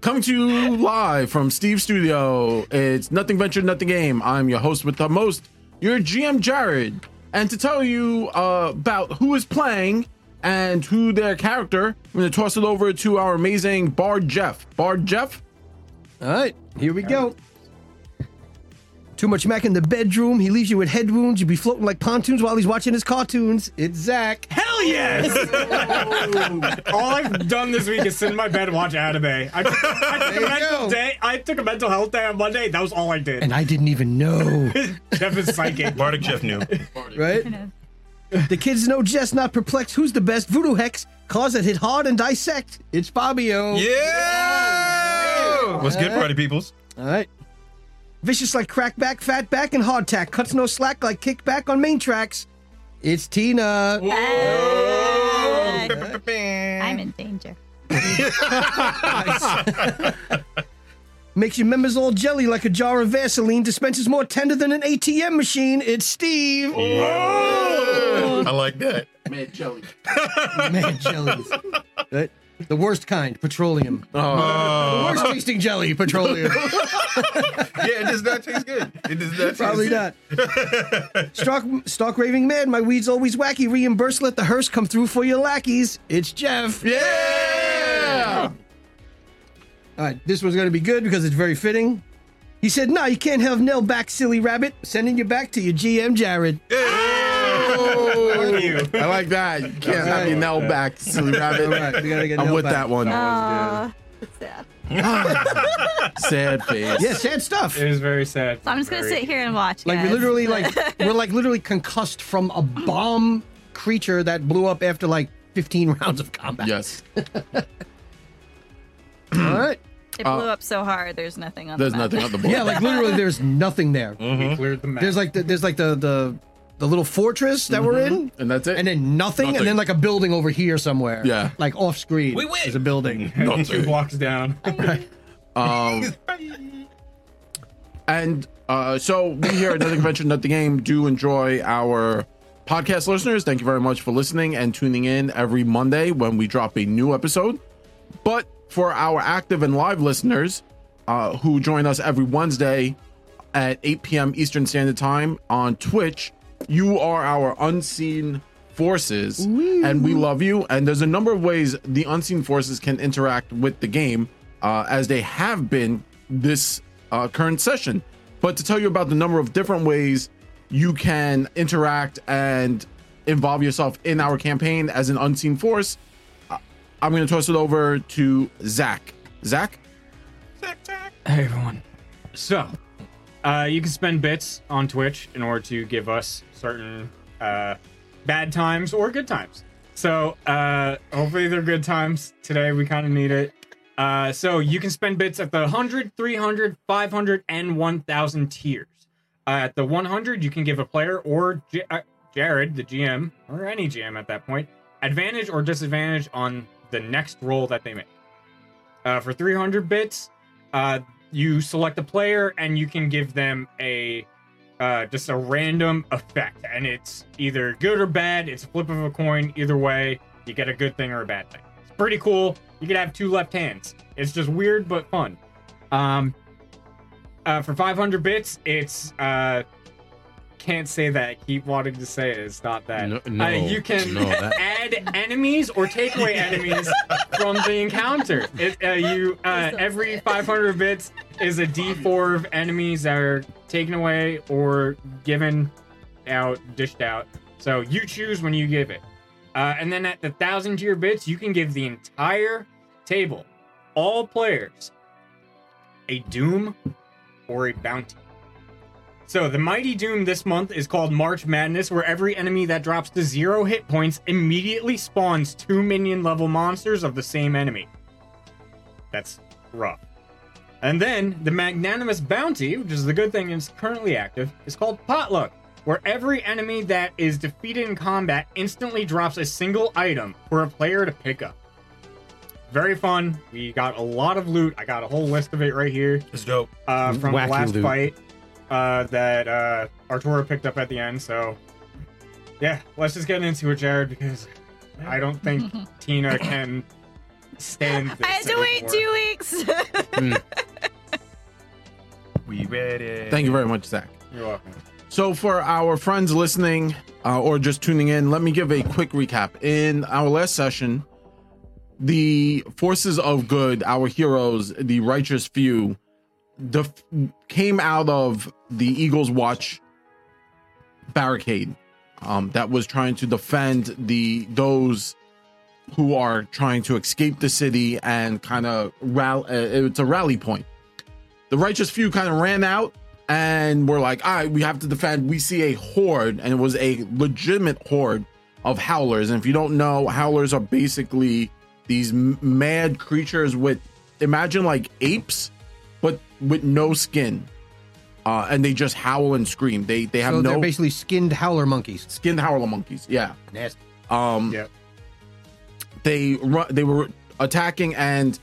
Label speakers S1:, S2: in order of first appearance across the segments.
S1: coming to you live from Steve's studio. It's Nothing Venture, Nothing Game. I'm your host with the most, your GM Jared. And to tell you uh, about who is playing and who their character, I'm going to toss it over to our amazing Bard Jeff. Bard Jeff,
S2: All right, here we go. Too much Mac in the bedroom. He leaves you with head wounds. You be floating like pontoons while he's watching his cartoons. It's Zach.
S3: Hell yes! All I've done this week is sit in my bed and watch anime. I, I took
S2: you
S3: a mental
S2: go.
S3: day. I took a mental health day on Monday. That was all I did.
S2: And I didn't even know,
S3: Jeff is psychic.
S4: Bardic Jeff knew.
S2: right? the kids know Jess, not perplexed. Who's the best? Voodoo Hex. Cause that hit hard and dissect. It's Fabio.
S4: Yeah! What's good, party peoples?
S2: All right. Vicious like crackback, fat back, and hardtack. Cuts no slack like kickback on main tracks. It's Tina.
S5: I'm in danger.
S2: Makes your members all jelly like a jar of Vaseline. Dispenses more tender than an ATM machine. It's Steve.
S4: I like that.
S1: man, jelly.
S2: Man, jellies. Right? The worst kind, petroleum.
S1: Uh-huh.
S2: Worst tasting jelly, petroleum.
S4: Oh. Yeah, it does not taste good. It does not taste
S2: Probably
S4: good.
S2: not. Stalk, stalk raving mad. My weed's always wacky. Reimburse. Let the hearse come through for your lackeys. It's Jeff.
S4: Yeah!
S2: All right, this one's going to be good because it's very fitting. He said, "No, you can't have nail back, silly rabbit. Sending you back to your GM, Jared."
S3: Fuck you.
S1: I like that. You can't have your nail back, silly
S2: All
S1: rabbit.
S2: right, we gotta get
S1: I'm
S2: nail
S1: with
S2: back. Uh,
S1: that one.
S5: Aw, sad.
S1: Sad face.
S2: Yeah, sad stuff.
S3: It is very sad.
S5: So I'm just gonna sit here and watch.
S2: Like we
S5: guys.
S2: literally like we're like literally concussed from a bomb creature that blew up after like 15 rounds of combat.
S1: Yes.
S2: All right.
S5: It blew up so hard. There's nothing on.
S1: There's
S5: the map.
S1: nothing on the board.
S2: Yeah, like literally there's nothing there.
S1: Mm-hmm.
S3: We cleared the map.
S2: There's like the, there's like the the the little fortress that we're in
S1: And that's it.
S2: and then nothing, and then
S4: Nothing.
S2: like a building over here somewhere.
S1: Yeah. Mm-hmm.
S2: Like off screen.
S4: We win.
S2: There's a building.
S3: like two blocks down.
S1: And uh, so we here at Nothing Venture, Nothing Game do enjoy our podcast listeners. Thank you very much for listening and tuning in every Monday when we drop a new episode. But for our active and live listeners uh, who join us every Wednesday at 8 p.m. Eastern Standard Time on Twitch, you are our unseen forces, and we love you. And there's a number of ways the unseen forces can interact with the game uh, as they have been this uh, current session. But to tell you about the number of different ways you can interact and involve yourself in our campaign as an unseen force, uh, I'm going to toss it over to Zach. Zach?
S3: Hey everyone. So, uh, you can spend bits on Twitch in order to give us certain uh, bad times or good times. So, uh, hopefully they're good times. Today we kind of need it. Uh, so you can spend bits at the 100, 300, 500, and 1,000 tiers. Uh, at the 100, you can give a player or J- uh, Jared, the GM, or any GM at that point, advantage or disadvantage on the next roll that they make. Uh, for 300 bits, uh, you select a player and you can give them a uh, just a random effect, and it's either good or bad. It's a flip of a coin. Either way, you get a good thing or a bad thing. It's pretty cool. You could have two left hands. It's just weird but fun. Um, uh, for 500 bits, it's uh, can't say that. I keep wanting to say it. It's not that.
S1: No-
S3: Uh,
S1: no,
S3: you can
S1: no, that-
S3: add enemies or take away enemies from the encounter. It, uh, you uh, every 500 bits is a D4 of enemies that are taken away or given out, dished out. So you choose when you give it. Uh, and then at the thousand tier bits, you can give the entire table, all players, a doom or a bounty. So the mighty doom this month is called March Madness, where every enemy that drops to zero hit points immediately spawns two minion level monsters of the same enemy. That's rough. And then the magnanimous bounty, which is the good thing, is currently active, is called potluck, where every enemy that is defeated in combat instantly drops a single item for a player to pick up. Very fun. We got a lot of loot. I got a whole list of it right here
S4: It's dope.
S3: uh, from
S2: Wacky
S3: the last
S2: loot.
S3: fight uh, that uh, Arturo picked up at the end. So, yeah, let's just get into it, Jared, because I don't think Tina can stand this.
S5: I had to wait
S3: anymore.
S5: two weeks.
S4: We ready.
S1: Thank you very much, Zach.
S3: You're welcome.
S1: So, for our friends listening uh, or just tuning in, let me give a quick recap. In our last session, the forces of good, our heroes, the righteous few, def- came out of the Eagles Watch barricade um, that was trying to defend the those who are trying to escape the city and kind of rally. Uh, it's a rally point. The righteous few kind of ran out and were like, "All right, we have to defend." We see a horde, and it was a legitimate horde of howlers. And if you don't know, howlers are basically these m- mad creatures with imagine like apes, but with no skin. Uh, and they just howl and scream. They they have
S2: so they're
S1: no
S2: basically skinned howler monkeys.
S1: skinned howler monkeys. Yeah.
S2: Nasty.
S1: Um,
S3: Yep.
S1: they ru- they were attacking and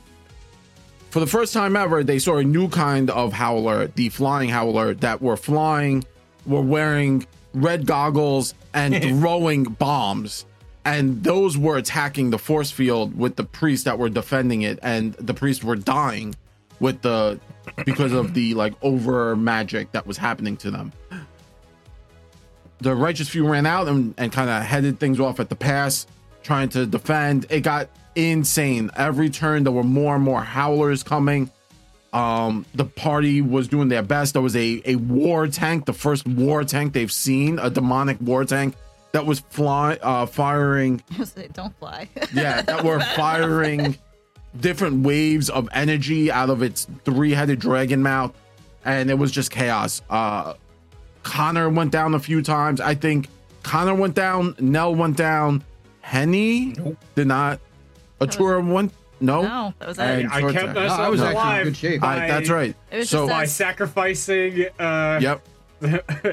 S1: for the first time ever they saw a new kind of howler the flying howler that were flying were wearing red goggles and throwing bombs and those were attacking the force field with the priests that were defending it and the priests were dying with the because of the like over magic that was happening to them the righteous few ran out and, and kind of headed things off at the pass, trying to defend. It got insane. Every turn, there were more and more howlers coming. Um, the party was doing their best. There was a, a war tank, the first war tank they've seen, a demonic war tank that was fly, uh, firing
S5: Don't fly.
S1: yeah, that were firing different waves of energy out of its three-headed dragon mouth, and it was just chaos. Uh, Connor went down a few times. I think Connor went down, Nell went down, Henny did not. Atura went no.
S5: no, that was it.
S1: And
S3: I
S1: Short
S3: kept
S1: Tack.
S2: No,
S3: us
S2: I was
S3: alive.
S2: actually in good shape.
S1: All right, that's right.
S5: It was
S1: so
S5: just
S3: By sacrificing, uh,
S1: yep,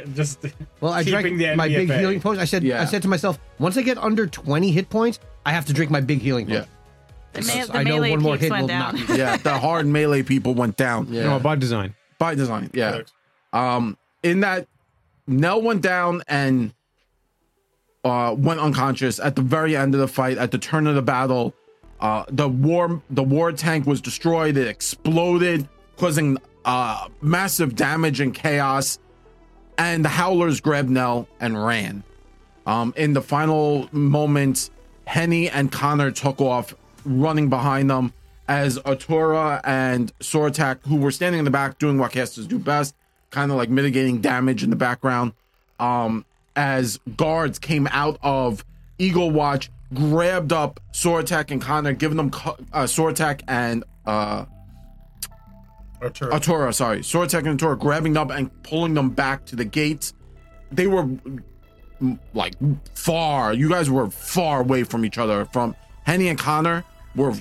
S3: just
S2: Well, I
S3: keeping
S2: drank
S3: the
S2: my
S3: enemy at
S2: big
S3: bay.
S2: healing potion. I said,
S1: Yeah.
S2: I said to myself, once I get under twenty hit points, I have to drink my big healing
S1: yeah,
S2: potion.
S5: The, me-
S2: Because
S5: the
S2: I know
S5: melee
S2: one more
S5: peeps
S2: hit
S5: went
S2: will
S5: down.
S2: knock me.
S1: yeah. The hard melee people went down.
S2: Yeah.
S6: No, by design.
S1: by design. Yeah. Um, in that Nell went down and uh went unconscious at the very end of the fight, at the turn of the battle. Uh the war the war tank was destroyed, it exploded, causing uh massive damage and chaos. And the howlers grabbed Nell and ran. Um, in the final moments, Henny and Connor took off, running behind them as Atura and Sortak, who were standing in the back doing what casters do best, kind of like mitigating damage in the background. Um, as guards came out of Eagle Watch, grabbed up Sortak and Connor, giving them co- uh, Sortak and uh,
S4: Arturo.
S1: Atora, sorry, Sortek and Atora grabbing them up and pulling them back to the gates. They were mm, like far. You guys were far away from each other. From Henny and Connor were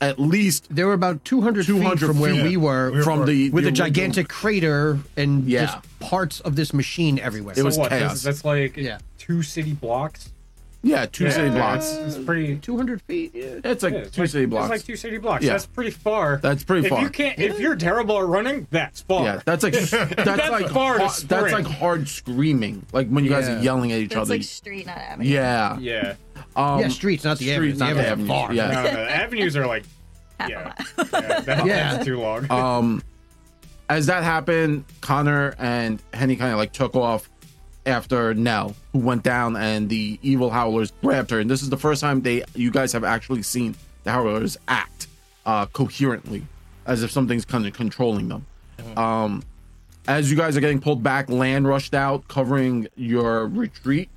S1: at least
S2: There were about 200,
S1: 200
S2: feet from where
S1: feet.
S2: we were,
S4: We were
S1: from
S4: far.
S1: the
S2: with
S1: the
S2: a gigantic crater and
S1: Yeah.
S2: just parts of this machine everywhere.
S1: It was
S3: so what?
S1: chaos.
S3: That's, that's like
S2: Yeah.
S3: two city blocks.
S1: yeah, two city
S3: Yeah,
S1: blocks.
S3: It's, it's pretty.
S2: 200 feet. Yeah.
S1: It's like
S3: yeah, it's
S1: two
S3: like-
S1: city blocks.
S3: It's like two city blocks.
S1: Yeah.
S3: That's pretty far.
S1: That's pretty
S3: if
S1: far.
S3: You can't, if you're terrible at running, that's far.
S1: yeah, that's like that's, like
S3: far to
S1: hard, that's
S3: sprint.
S1: like hard screaming, like when you guys
S2: Yeah.
S1: are yelling at each
S5: That's
S1: other.
S5: like street, not avenue.
S1: yeah,
S3: yeah.
S1: Um,
S2: yeah, streets, not the
S1: streets, not
S2: avenue. The
S1: the
S2: avenue's
S1: avenues,
S2: far.
S1: yeah.
S3: No, no, the avenues are like, yeah, yeah, that,
S2: Yeah.
S3: that's too long.
S1: um as that happened connor and henny kind of like took off after nell who went down and the evil howlers grabbed her and this is the first time they you guys have actually seen the howlers act uh coherently as if something's kind of controlling them um as you guys are getting pulled back land rushed out covering your retreat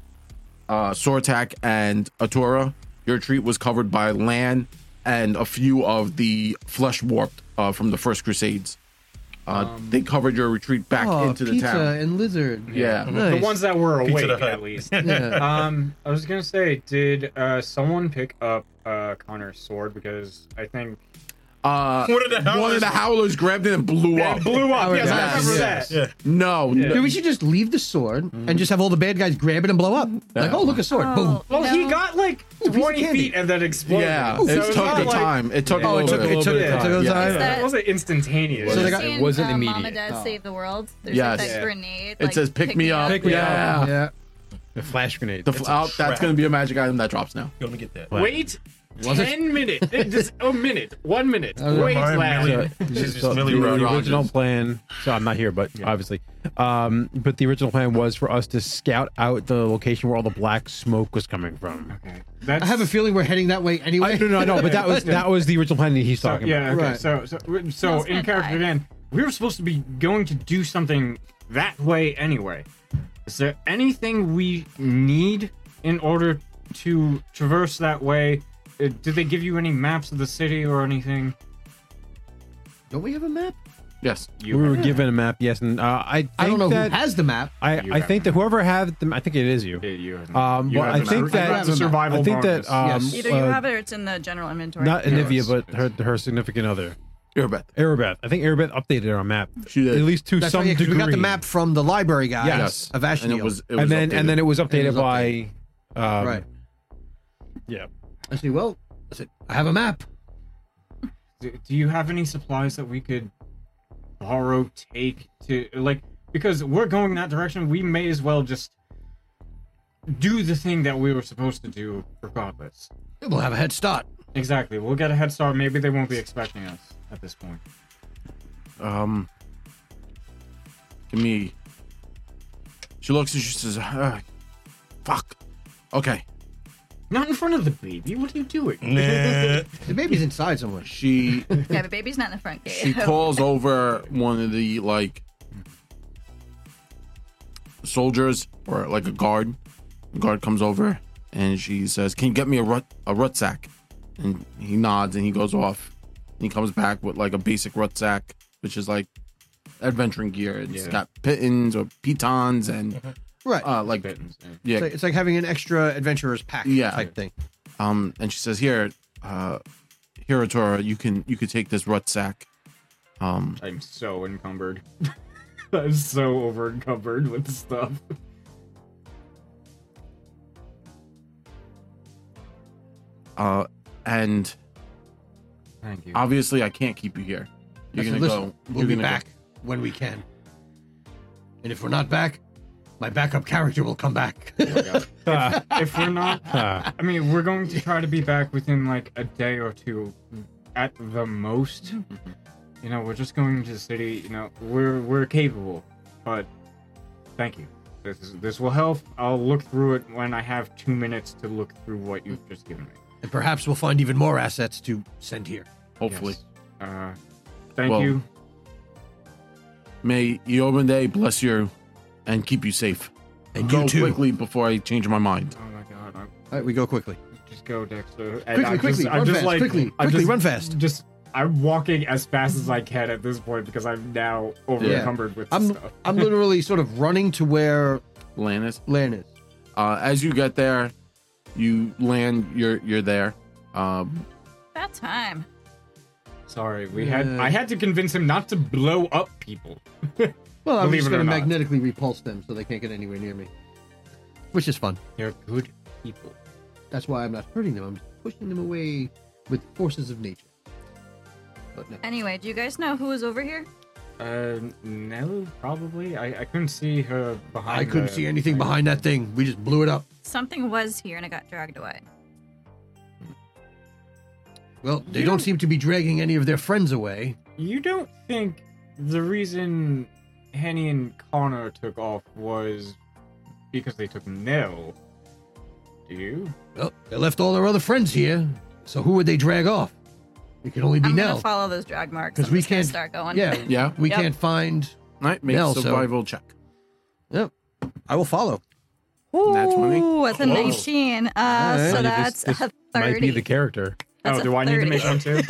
S1: uh, Sortak and Atura. Your retreat was covered by Lan and a few of the flesh warped uh, from the first Crusades. Uh, they covered your retreat back
S2: Oh,
S1: into the
S2: pizza
S1: town.
S2: and lizard.
S1: Yeah.
S3: the
S2: Nice.
S3: ones that were
S4: Pizza
S3: awake,
S4: Hut.
S3: at least.
S2: Yeah.
S3: um, I was gonna say, did uh, someone pick up uh, Connor's sword? Because I think
S1: Uh,
S4: One of the
S1: one of
S4: howlers-
S1: the howlers grabbed it and blew
S3: Yeah,
S1: up.
S3: it blew up.
S2: Our
S3: Yes, I
S1: guys.
S3: remember
S4: Yes.
S3: that.
S4: Yeah.
S1: No,
S3: Yeah.
S1: no.
S2: Dude, we should just leave the sword
S1: Mm-hmm.
S2: and just have all the bad guys grab it and blow up. Like, oh, look, a sword. Boom.
S5: Oh,
S3: Well,
S5: no.
S3: he got like
S2: piece of
S3: 20
S2: candy.
S3: feet and then exploded.
S1: yeah,
S3: So
S1: it
S3: it's
S1: took
S3: not
S1: the
S3: like-
S1: time. It took. a
S2: Oh, it
S1: little
S2: took,
S1: bit.
S2: it took,
S6: bit.
S2: it took a
S1: Yeah.
S2: time.
S5: Yeah.
S3: It wasn't
S2: So
S3: instantaneous.
S5: So
S2: they
S5: they
S2: got-
S6: It wasn't
S5: Mom
S6: immediate.
S5: and Dad
S2: Oh.
S5: save the world. There's
S1: Yes.
S5: like that
S1: Yeah.
S5: grenade.
S1: It
S5: like,
S1: says pick me up.
S6: Pick me
S1: yeah.
S6: up.
S2: Yeah.
S6: The flash grenade.
S1: The fl-
S4: a
S1: oh, that's
S4: trap.
S1: gonna be a magic item that drops now.
S4: Yo, let me get that.
S6: Wow.
S3: Wait
S2: Was it?
S3: Ten minutes. It just a minute. One minute. Way
S4: my
S3: loud.
S4: minute. This is Millie Rod
S6: uh, the
S4: Rogers.
S6: original plan. So I'm not here, but obviously, um, but the original plan was for us to scout out the location where all the black smoke was coming from.
S3: Okay. That's,
S2: I have a feeling we're heading that way anyway.
S6: I, no, no, no. But that was that was the original plan that he's
S3: So,
S6: talking
S3: yeah. Okay.
S2: Right.
S3: So, so, we- so
S5: That's
S3: in
S5: good
S3: character
S5: advice.
S3: again, we were supposed to be going to do something that way anyway. Is there anything we need in order to traverse that way? Uh, Did they give you any maps of the city or anything?
S2: Don't we have a map?
S1: Yes.
S6: about. We were given a map, yes, and uh, I think
S2: I don't know
S6: that
S2: who has the map.
S6: I,
S3: You
S6: I
S3: have
S6: think that whoever had them, I think it is you.
S3: Yeah, you have-
S6: Um,
S3: you
S6: well,
S3: have
S6: I
S3: the
S6: think
S3: map.
S6: that-
S3: That's a survival
S6: I think
S3: bonus.
S6: that um,
S2: Yes.
S7: Either you
S6: uh,
S7: have it or it's in the general inventory.
S6: not
S4: Yeah,
S6: Anivia,
S4: it's-
S6: but her her significant other,
S1: Erebeth.
S6: Arabeth. I think Arabeth updated our map
S1: She did.
S6: at least to
S2: That's
S6: some
S2: right, yeah, 'cause
S6: degree.
S2: we got the map from the library guy
S1: Yes.
S2: of Ashneel.
S1: And it was, it was
S6: and then and then it was
S2: it
S6: updated
S2: was
S6: by um,
S2: right.
S6: yeah
S2: I see. Well, I said I have a map.
S3: do, do you have any supplies that we could borrow take to like because we're going that direction we may as well just do the thing that we were supposed to do regardless
S2: We'll have a head start.
S3: exactly we'll get a head start maybe they won't be expecting us at this point
S1: um give me she looks and she says "Ah, fuck okay
S3: not in front of the baby what are you doing
S2: The baby's inside somewhere.
S1: she
S5: Yeah, the baby's not in the front gate.
S1: she calls over one of the like soldiers or like a guard the guard comes over and she says can you get me a rut a rucksack and he nods and he goes off and he comes back with like a basic rucksack which is like adventuring gear It's
S3: Yeah.
S1: got pitons or pitons and
S2: Right.
S1: uh like
S3: Kittens, yeah.
S1: yeah
S2: So it's like having an extra adventurer's pack
S1: Yeah.
S2: type thing.
S1: Um, and she says, "Here, uh, here, Atora, you can you can take this rucksack. Um,
S3: i'm so encumbered i'm so over encumbered with stuff
S1: uh, and
S3: thank you
S1: obviously, I can't keep you here. You're
S2: I said,
S1: gonna
S2: Listen,
S1: go.
S2: We'll
S1: you're
S2: be
S1: gonna
S2: back when we can. And if we're not back, my backup character will come back.
S6: Ah,
S3: if we're not
S6: ah.
S3: I mean, we're going to try to be back within like a day or two at the most. You know, we're just going to the city, you know, we're we're capable. But thank you. This is, this will help. I'll look through it when I have 2 minutes to look through what you've just given me.
S2: and perhaps we'll find even more assets to send here.
S1: Go. Hopefully,
S3: Yes. Uh thank
S1: Well-
S3: you.
S1: may Yomande bless you, and keep you safe.
S2: And
S1: go
S2: you too.
S1: quickly before I change my mind.
S3: Oh my god. I
S2: All right, we go quickly.
S3: just go Dexter. And
S2: Quickly,
S3: I'm
S2: quickly,
S3: just, I'm
S2: run
S3: just
S2: fast,
S3: like
S2: quickly,
S3: I'm
S2: quickly,
S3: just-
S2: run fast.
S3: Just I'm walking as fast as I can at this point because I'm now over encumbered with
S2: I'm
S3: stuff.
S2: I'm literally sort of running to where
S1: Lannis,
S2: Lan is.
S1: uh, as you get there, you land. You're you're there. Um,
S5: About time.
S3: Sorry, we had I had to convince him not to blow up people.
S2: Well, I'm
S3: Believe
S2: just
S3: it or
S2: going to
S3: not.
S2: magnetically repulse them so they can't get anywhere near me, which is fun.
S3: They're good people.
S2: That's why I'm not hurting them. I'm just pushing them away with forces of nature. But no.
S5: Anyway, do you guys know who is over here?
S3: Uh, no, probably. I, I couldn't see her behind.
S2: I couldn't
S3: the-
S2: see anything behind that thing. We just blew it up.
S5: Something was here and it got dragged away.
S2: Well, they don't seem to be dragging any of their friends away.
S3: You don't think the reason Henny and Connor took off was because they took Nell? Do you?
S2: Well, they left all their other friends here, so who would they drag off? It could only be
S5: I'm
S2: Nell.
S5: gonna follow those drag marks.
S2: 'Cause
S5: I'm
S2: we
S5: just gonna
S2: can't-
S5: start going.
S2: Yeah,
S1: yeah.
S2: we
S5: Yep.
S2: can't find.
S1: All right, make
S2: Nell, so-
S1: survival check.
S2: Yep, I will follow.
S5: Ooh,
S1: Nat 20?
S5: that's a
S1: Whoa.
S5: 19. Uh, So
S6: Sonya,
S5: that's
S6: this- this
S5: a 30.
S6: might be the character.
S5: That's
S3: oh,
S5: a
S3: do I need to
S5: 30.
S3: make one too?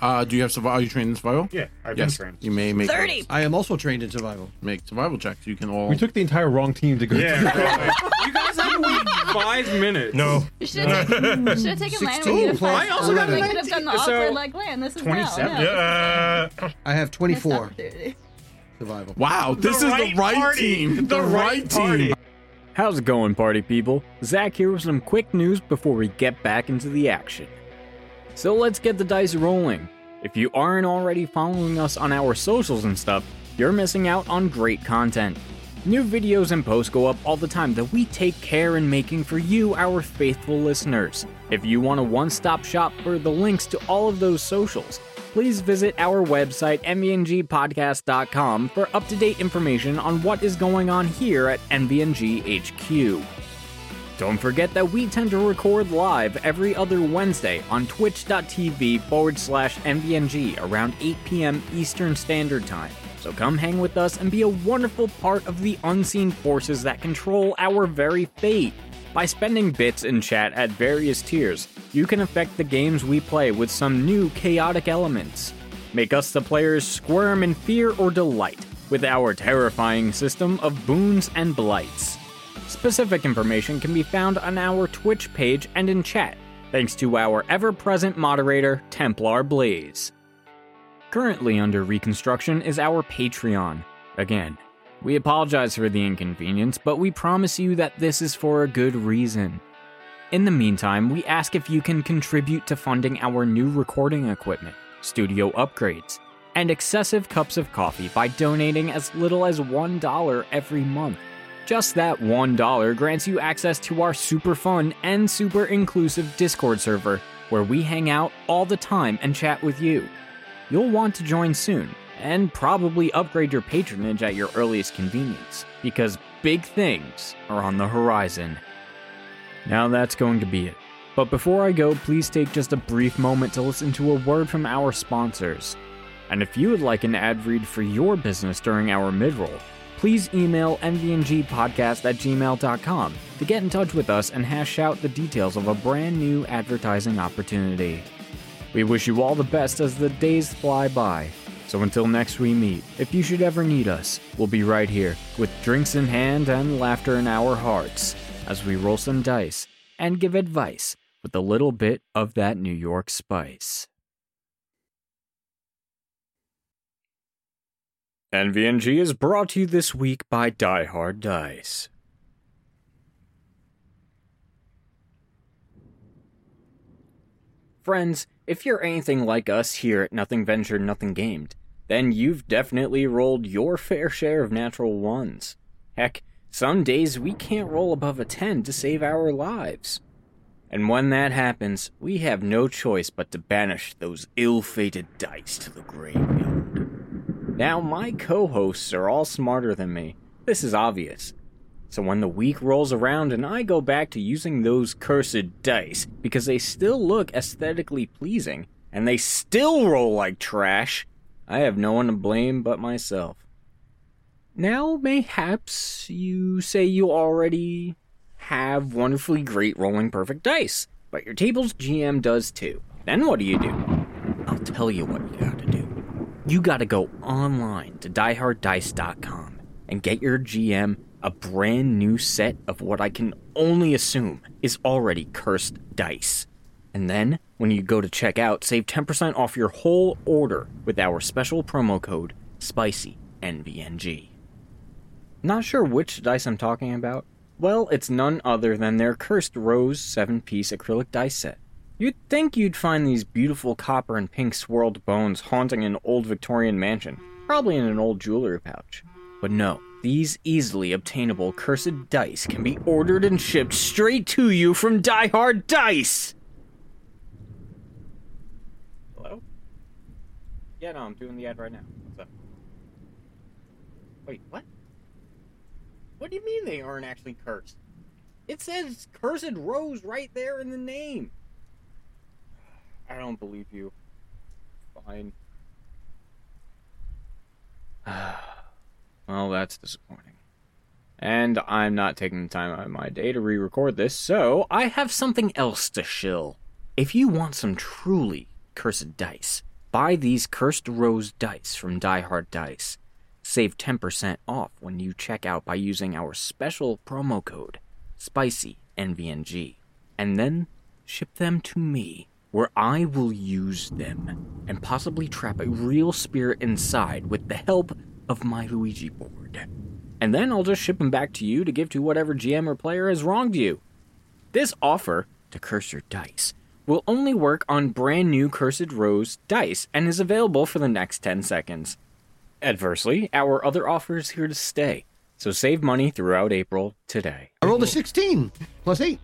S1: Uh, do you have survival? Are you trained in survival?
S3: yeah, I've
S1: Yes,
S3: been trained.
S1: you may make
S5: 30.
S2: I am also trained in survival.
S1: make survival checks. You can all
S6: We took the entire wrong team to go.
S3: Yeah. you guys have to wait five minutes.
S4: No.
S5: You should have taken, you should've taken land when
S2: 16
S5: you did
S2: plus
S5: five.
S3: I also got
S5: we
S3: a
S5: could have done the
S3: 19, so
S5: awkward like land. This is
S3: 27.
S5: Now, no,
S4: Yeah.
S2: I have
S5: missed
S2: 24
S5: opportunity.
S2: survival.
S1: Wow, this is the
S3: right
S1: right
S3: party.
S1: team. The,
S3: The
S1: right,
S3: right
S1: team.
S3: party.
S8: How's it going, party people? Zach here with some quick news before we get back into the action. So let's get the dice rolling. If you aren't already following us on our socials and stuff, you're missing out on great content. New videos and posts go up all the time that we take care in making for you, our faithful listeners. If you want a one stop shop for the links to all of those socials, please visit our website, E mvngpodcast.com, for up to date information on what is going on here at E MVNG HQ. Don't forget that we tend to record live every other Wednesday on twitch.tv forward slash MVNG around 8 p.m. Eastern Standard Time. So come hang with us and be a wonderful part of the unseen forces that control our very fate. By spending bits in chat at various tiers, you can affect the games we play with some new chaotic elements. Make us the players squirm in fear or delight with our terrifying system of boons and blights. Specific information can be found on our Twitch page and in chat, thanks to our ever present moderator, Templar Blaze. Currently under reconstruction is our Patreon. Again, we apologize for the inconvenience, but we promise you that this is for a good reason. In the meantime, we ask if you can contribute to funding our new recording equipment, studio upgrades, and excessive cups of coffee by donating as little as $1 every month. Just that $1 grants you access to our super fun and super inclusive Discord server where we hang out all the time and chat with you. You'll want to join soon and probably upgrade your patronage at your earliest convenience because big things are on the horizon. Now that's going to be it. But before I go, please take just a brief moment to listen to a word from our sponsors. And if you would like an ad read for your business during our midroll, please email nvngpodcast at gmail.com to get in touch with us and hash out the details of a brand new advertising opportunity. We wish you all the best as the days fly by. So until next we meet, if you should ever need us, we'll be right here with drinks in hand and laughter in our hearts as we roll some dice and give advice with a little bit of that New York spice. NVNG is brought to you this week by Die Hard Dice. Friends, if you're anything like us here at Nothing Ventured, Nothing Gamed, then you've definitely rolled your fair share of natural ones. Heck, some days we can't roll above a 10 to save our lives. And when that happens, we have no choice but to banish those ill fated dice to the graveyard. Now, my co hosts are all smarter than me. This is obvious. So, when the week rolls around and I go back to using those cursed dice because they still look aesthetically pleasing and they still roll like trash, I have no one to blame but myself. Now, mayhaps you say you already have wonderfully great rolling perfect dice, but your table's GM does too. Then what do you do? I'll tell you what you gotta do you gotta go online to dieharddice.com and get your GM a brand new set of what I can only assume is already cursed dice. And then, when you go to check out, save 10% off your whole order with our special promo code SPICYNVNG. Not sure which dice I'm talking about? Well, it's none other than their cursed rose 7 piece acrylic dice set. You'd think you'd find these beautiful copper and pink swirled bones haunting an old Victorian mansion, probably in an old jewelry pouch. But no, these easily obtainable cursed dice can be ordered and shipped straight to you from Die Hard Dice! Hello? Yeah, no, I'm doing the ad right now. What's up? Wait, what? What do you mean they aren't actually cursed? It says Cursed Rose right there in the name. I don't believe you. Fine. well, that's disappointing. And I'm not taking the time out of my day to re record this, so I have something else to shill. If you want some truly cursed dice, buy these Cursed Rose dice from Die Hard Dice. Save 10% off when you check out by using our special promo code, SPICYNVNG, and then ship them to me, where I will use them and possibly trap a real spirit inside with the help of my Luigi board. And then I'll just ship them back to you to give to whatever GM or player has wronged you. This offer to curse your dice will only work on brand new Cursed Rose dice and is available for the next 10 seconds. Adversely, our other offer is here to stay. So save money throughout April today.
S2: I rolled a 16 plus 8.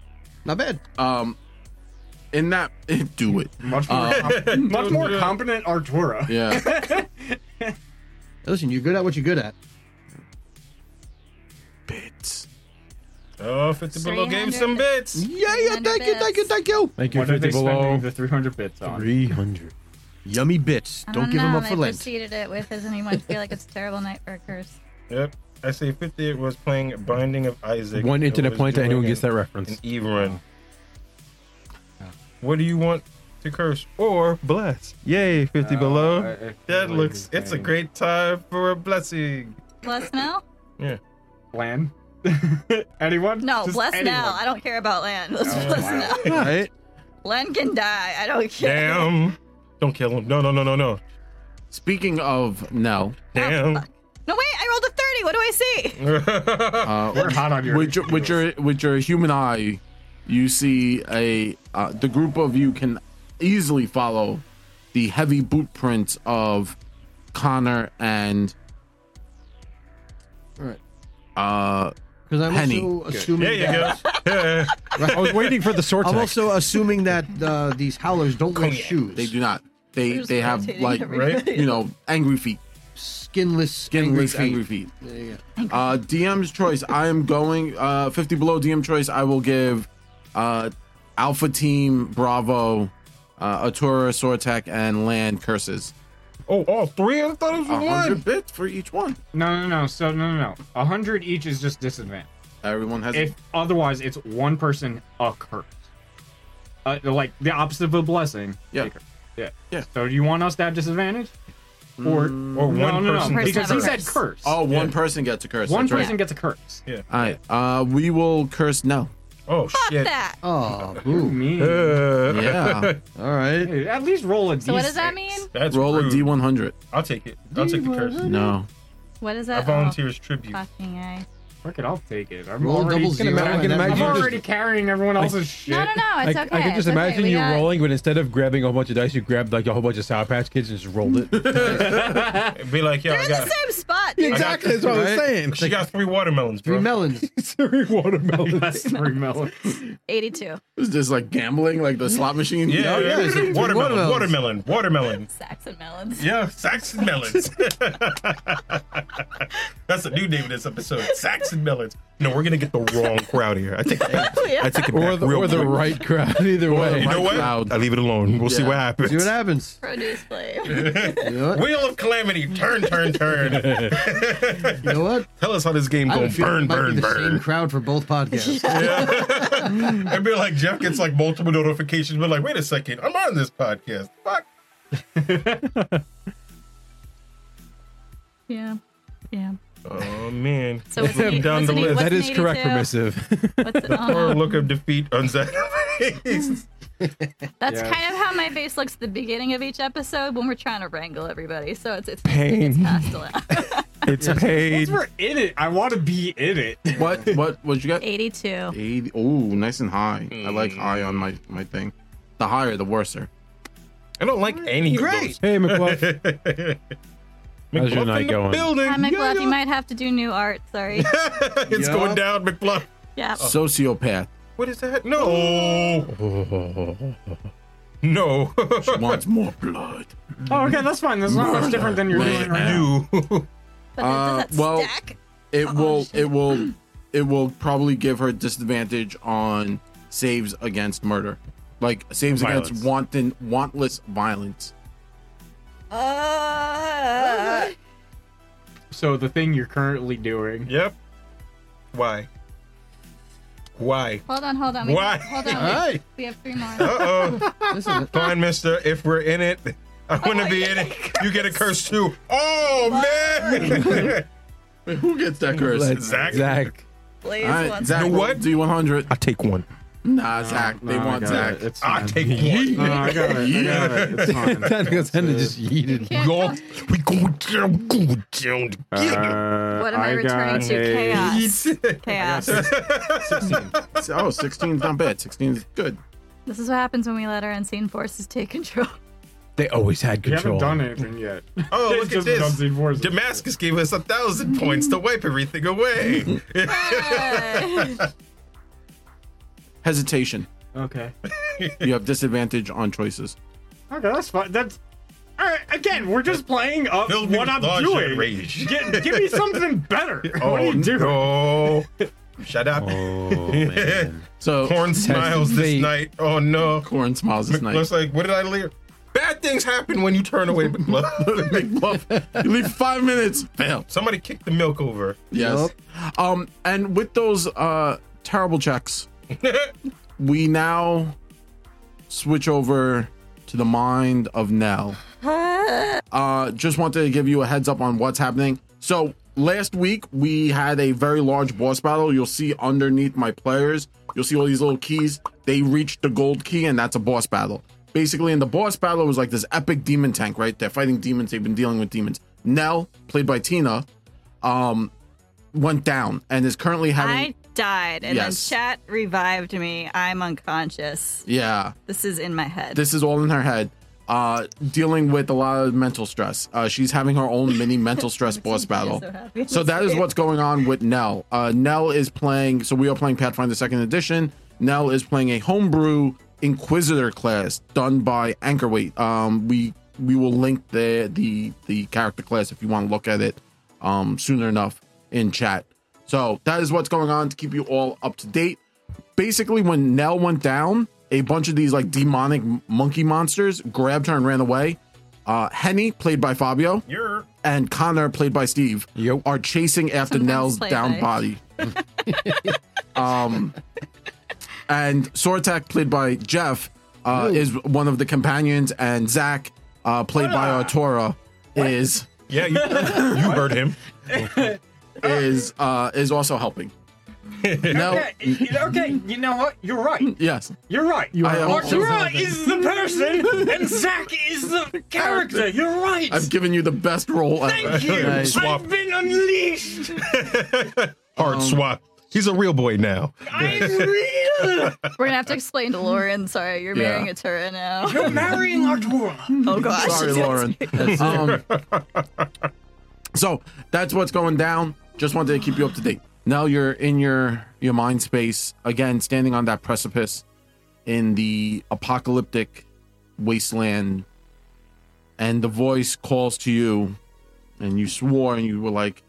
S2: Not bad.
S1: Um, in that, do it.
S3: Much more, com- much more competent Artura.
S1: Yeah.
S2: Listen, you're good at what you're good at.
S1: Bits.
S4: Oh, 50 below gave some
S5: 300.
S4: bits.
S2: Yeah, yeah, thank you, thank you, thank you.
S6: Thank you,
S3: What are
S6: 50
S3: they
S6: below.
S3: spending the 300 bits on?
S6: 300.
S2: Yummy bits.
S5: I
S2: Don't, give them
S5: know,
S2: up for
S5: they
S2: Lent.
S5: preceded it with, does anyone feel like it's a terrible night for a curse?
S4: Yep. I say 50 was playing Binding of Isaac.
S6: One
S4: It
S6: internet
S4: was
S6: point that anyone
S4: doing
S6: gets that
S4: An
S6: reference.
S4: Eve run. What do you want to curse or bless? Yay,
S1: Uh,
S4: 50 below.
S3: I- I feel
S4: that
S3: like
S4: looks,
S3: it's
S4: it's a
S3: saying-
S4: great time for a blessing.
S5: Bless now?
S4: Yeah.
S3: Lan? anyone?
S5: No,
S3: Just
S5: bless
S3: anyone.
S5: now. I don't care about Len. Let's
S3: Oh,
S5: bless
S3: wow.
S5: now.
S6: Right?
S5: Len can die. I don't care.
S4: Damn. Don't kill him. No, no, no, no, no.
S1: Speaking of Nell,
S4: Damn.
S5: No, wait, I rolled a 30. What do I see?
S4: Oh,
S1: uh,
S3: We're hot on your.
S1: with your, with your with your human eye, you see a uh, the group of you can easily follow the heavy boot prints of Connor and
S2: Alright.
S1: uh
S2: Because I'm
S1: Penny.
S2: also assuming
S4: there you
S2: that,
S4: go. Yeah.
S6: I was waiting for the sort
S2: I'm also assuming that uh, these howlers don't wear shoes.
S1: they do not they
S5: They're just
S1: they have
S5: rotating
S1: like
S5: everybody.
S4: right?
S1: you know angry feet
S2: skinless,
S1: skinless
S2: angry
S1: angry
S2: feet.
S1: feet.
S2: There you go.
S1: Uh, DM's choice. I am going uh, 50 below DM choice. I will give uh, Alpha Team Bravo, uh, Atura, Sortek, and Land curses.
S4: Oh, all three? I thought it was
S1: A
S4: one.
S1: hundred bits for each one.
S3: No, no, no. So no, no, no. A hundred each is just disadvantage.
S1: Everyone has.
S3: If otherwise, it's one person a curse. Uh, like the opposite of a blessing.
S1: Yeah.
S3: a curse. Yeah.
S1: Yeah.
S3: So do you want us to have disadvantage? Or
S4: Or one
S3: no, no, no,
S4: person.
S5: Person
S3: Because he
S5: have a
S3: said
S5: curse.
S3: curse.
S1: oh, one
S4: yeah.
S1: person gets a curse.
S3: One
S1: that's right.
S3: person gets a curse.
S4: Yeah.
S1: All right. Uh, we will curse no.
S4: Oh,
S5: Fuck
S4: shit.
S5: that.
S2: Oh,
S3: Ooh,
S2: boo.
S3: mean.
S4: Uh,
S1: Yeah.
S2: All right.
S3: Hey, At least roll a
S5: So what does that
S3: D6.
S5: mean?
S4: That's
S1: Roll
S4: rude.
S1: a D100.
S4: I'll take it. I'll take the curse.
S1: No.
S5: What is
S4: I
S5: that?
S4: volunteer as
S5: Oh,
S4: tribute.
S5: fucking A.
S3: Fuck it, I'll take it. I'm
S2: Roll
S3: already.
S2: double
S3: gonna
S2: zero
S3: ma-
S2: and
S3: I'm
S2: then
S3: already
S2: you just-
S3: carrying everyone else's shit.
S5: No, no, no.
S6: I,
S5: It's
S6: I
S5: okay.
S6: can just
S5: it's okay,
S6: imagine
S5: we
S6: you
S5: got-
S6: rolling, but instead of grabbing a whole bunch of dice, you grabbed like a whole bunch of Sour Patch Kids and just rolled it.
S4: Be like, yeah,
S5: They're
S4: I
S5: in
S4: got,
S5: the same spot. dude.
S4: Exactly,
S6: that's what
S2: I was
S6: saying.
S4: she got three watermelons, bro.
S2: Three melons.
S6: Three watermelons.
S3: That's three melons.
S5: 82.
S1: It's just like gambling, like the slot machine.
S4: yeah,
S2: Oh, yeah,
S4: yeah,
S2: three
S4: yeah. Watermelon,
S2: watermelons.
S4: watermelon, watermelon.
S5: Sacks and melons.
S4: Yeah, Saxon melons. That's a new name of this episode. Saxon melons. No, we're gonna get the wrong crowd here. I take it back. I take it back.
S6: or the,
S4: real
S6: or the
S4: quick.
S6: right crowd, either way.
S4: You know what?
S1: crowd.
S4: I leave it alone. We'll see what happens.
S2: See what happens.
S5: Produce flame.
S2: You know what?
S4: Wheel of calamity. Turn, turn, turn.
S2: You know what?
S4: Tell us how this game
S2: I have a
S4: going.
S2: feeling it
S4: Burn,
S2: might be the
S4: burn,
S2: Same
S4: burn.
S2: crowd for both podcasts.
S4: It'd be like Jeff gets like multiple notifications, but like, wait a second, I'm on this podcast. Fuck.
S5: yeah. Yeah.
S4: Oh man.
S5: So it's an, eight-
S4: down
S5: what's
S4: the
S5: an, eight-
S4: list.
S5: what's
S6: that
S5: an
S6: is correct,
S5: 82?
S6: permissive.
S5: What's an, oh,
S4: Or
S5: no.
S4: look of defeat on Saturdays.
S5: That's
S3: Yes.
S5: kind of how my face looks at the beginning of each episode when we're trying to wrangle everybody. So it's it's
S6: Pain.
S5: pastel out.
S6: It's
S3: Once
S6: paid.
S3: we're in it, I want to be in it.
S1: What? What? What you Hmm. got?
S5: 82.
S1: 80. Oh, nice and high. I like high on my my thing. The higher, the worser.
S4: I don't like any
S2: Great.
S6: Hey, McLuff.
S4: of those.
S6: How's your
S4: McBluff
S6: night
S4: in the
S6: going?
S4: Building.
S5: Hi,
S4: Yeah,
S5: McBluff. You
S4: yeah.
S5: might have to do new art. Sorry.
S4: it's
S2: Yeah.
S4: going down, McBluff.
S5: Yeah.
S1: Sociopath
S4: What is that? No. No.
S1: wants more blood.
S3: Oh, okay, that's fine. That's not much different than you're doing right now.
S4: you.
S1: Uh,
S5: But does that
S1: well-
S5: stack?
S1: It will.
S5: Oh, shit.
S1: It will. It will probably give her disadvantage on saves against murder, like saves
S4: Violence.
S1: against wanton, wantless violence.
S5: Uh,
S3: So the thing you're currently doing.
S4: Yep. Why? Why?
S5: hold on, hold on. We
S4: Why?
S5: Have, hold on.
S2: All
S5: we-
S2: right.
S5: We have three more.
S4: Uh oh.
S2: Listen,
S4: Fine, mister. If we're in it, I want to
S5: Oh,
S4: be
S5: you
S4: in
S5: get
S4: it. You get a curse too. Oh, man.
S1: Wait, who gets that curse?
S6: Let's-
S4: Zach.
S6: Zach.
S5: Blaze
S1: All right,
S5: wants-
S1: Zach.
S4: You know
S1: what?
S4: what?
S1: D one hundred.
S4: I take one.
S1: Nah, Zach. They
S3: No, I
S1: want
S3: got
S1: Zach.
S3: it. Oh, It's
S4: I
S3: fine.
S4: take one.
S3: No, Oh, I got it. I got it. It's fine.
S6: That goes down and just yeeted.
S5: Can't
S4: Y'all,
S5: come-
S4: we go down, go down together.
S3: Uh,
S5: What am I, returning
S3: got
S5: to?
S3: a-
S5: Chaos. Chaos.
S1: Oh, 16 is not bad. 16 is good.
S5: This is what happens when we let our unseen forces take control.
S6: They always had
S3: We haven't
S6: control.
S3: done anything yet.
S4: Oh,
S3: It
S4: look at
S3: just comes in
S4: this.
S3: force.
S4: Damascus gave us a thousand points to wipe everything away.
S5: Hey.
S1: Hesitation.
S3: Okay.
S1: You have disadvantage on choices.
S3: Okay, that's fine. That's all right. Again, we're just playing up
S4: Fill me
S3: what
S4: with
S3: I'm
S4: nausea and
S3: doing.
S4: rage.
S3: Get- give me something better. what
S4: oh,
S3: do you do?
S4: no. Shut up.
S6: Oh man.
S1: So
S4: Corn smiles this
S6: fate.
S4: night. Oh, no.
S1: Corn smiles this night.
S4: Looks like, what did I leave? Bad things happen when you turn away McBluff.
S1: Big bluff. You leave five minutes. Fail.
S4: Somebody kicked the milk over.
S1: Yes. Um, and with those uh terrible checks, we now switch over to the mind of Nell. Uh, just wanted to give you a heads up on what's happening. So last week we had a very large boss battle. You'll see underneath my players, you'll see all these little keys. They reached the gold key, and that's a boss battle. Basically, in the boss battle it was like this epic demon tank, right? They're fighting demons. They've been dealing with demons. Nell, played by Tina, um, went down and is currently having.
S5: I died, and
S1: Yes.
S5: then chat revived me. I'm unconscious.
S1: Yeah.
S5: This is in my head.
S1: this is all in her head uh dealing with a lot of mental stress uh she's having her own mini mental stress boss battle
S5: so happy.
S1: so that is what's going on with nell uh nell is playing so we are playing pathfinder second edition nell is playing a homebrew inquisitor class done by anchorweight um we we will link the the the character class if you want to look at it um sooner enough in chat so that is what's going on to keep you all up to date basically when Nell went down, a bunch of these like demonic m- monkey monsters grabbed her and ran away. Uh, Henny, played by Fabio,
S4: You're
S1: and Connor, played by Steve,
S6: Yo.
S1: are chasing after
S5: Sometimes
S1: Nell's
S5: played
S1: down
S5: by.
S1: body. um, and Sortak, played by Jeff, uh, is one of the companions, and Zach, uh, played by Artura, is
S4: Yeah, you, you heard him.
S1: is uh, is also helping. Nell,
S3: Okay, y- okay, you know what? You're right.
S1: yes,
S3: You're right.
S1: You are also
S3: Artura
S1: relevant.
S3: is the person, and Zach is the character. You're right.
S1: I've given you the best role ever.
S3: Thank you.
S4: Nice. Swap.
S3: I've been unleashed.
S4: Hard swap. He's a real boy now.
S3: I'm real.
S5: We're gonna have to explain to Lauren. Sorry, you're
S1: Yeah.
S5: marrying a Tura now.
S3: You're marrying Artura.
S5: Oh gosh.
S1: Sorry, Lauren. Um, so that's what's going down. Just wanted to keep you up to date. Now you're in your your mind space again, standing on that precipice in the apocalyptic wasteland, and the voice calls to you, and you swore and you were like,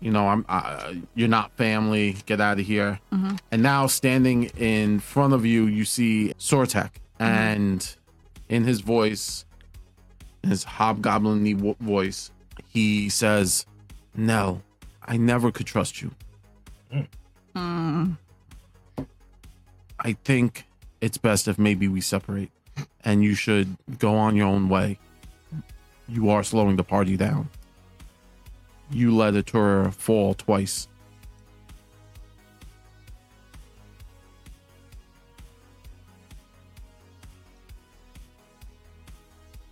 S1: you know, I'm uh, you're not family. Get out of here. And now standing in front of you, you see Sortek, and in his voice his hobgoblin wo- voice, he says, "No, I never could trust you.
S5: Mm.
S1: I think it's best if maybe we separate, and you should go on your own way. You are slowing the party down. You let a tour fall twice.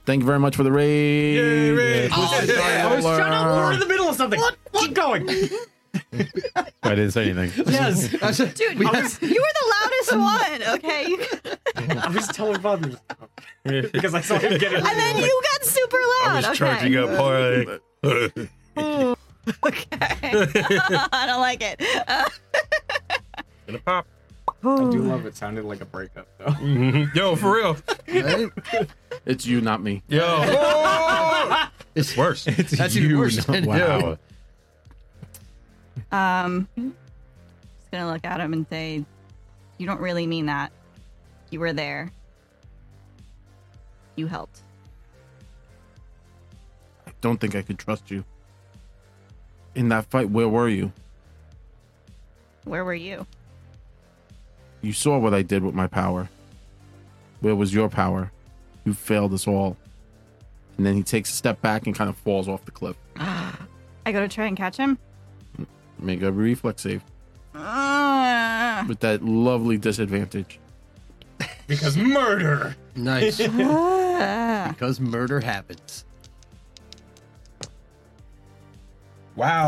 S1: Thank you very much for the raid.
S2: Oh,
S3: I was shut up. We're in the middle of something. Keep going.
S6: I didn't say anything.
S3: Yes.
S5: Dude, you were the loudest one. Okay,
S3: I was telling Bob because I saw him get it.
S5: and then you got super loud.
S4: I was
S5: okay.
S4: charging up hard. like,
S5: Okay. I don't like it. Uh,
S4: Gonna pop.
S3: I do love it. Sounded like a breakup though.
S4: Yo, for real.
S2: Right?
S1: It's you, not me.
S4: Yo. Oh! It's worse.
S2: That's even worse. than-
S6: Wow.
S5: um, just gonna look at him and say, "You don't really mean that. You were there. You helped."
S1: don't think I could trust you. In that fight, where were you?
S5: Where were you?
S1: You saw what I did with my power. Where was your power? You failed us all. And then he takes a step back and kind of falls off the cliff.
S5: I go to try and catch him.
S1: Make a reflex save
S5: Uh,
S1: with that lovely disadvantage.
S3: Because murder.
S2: nice.
S5: uh,
S2: Because murder happens.
S4: Wow.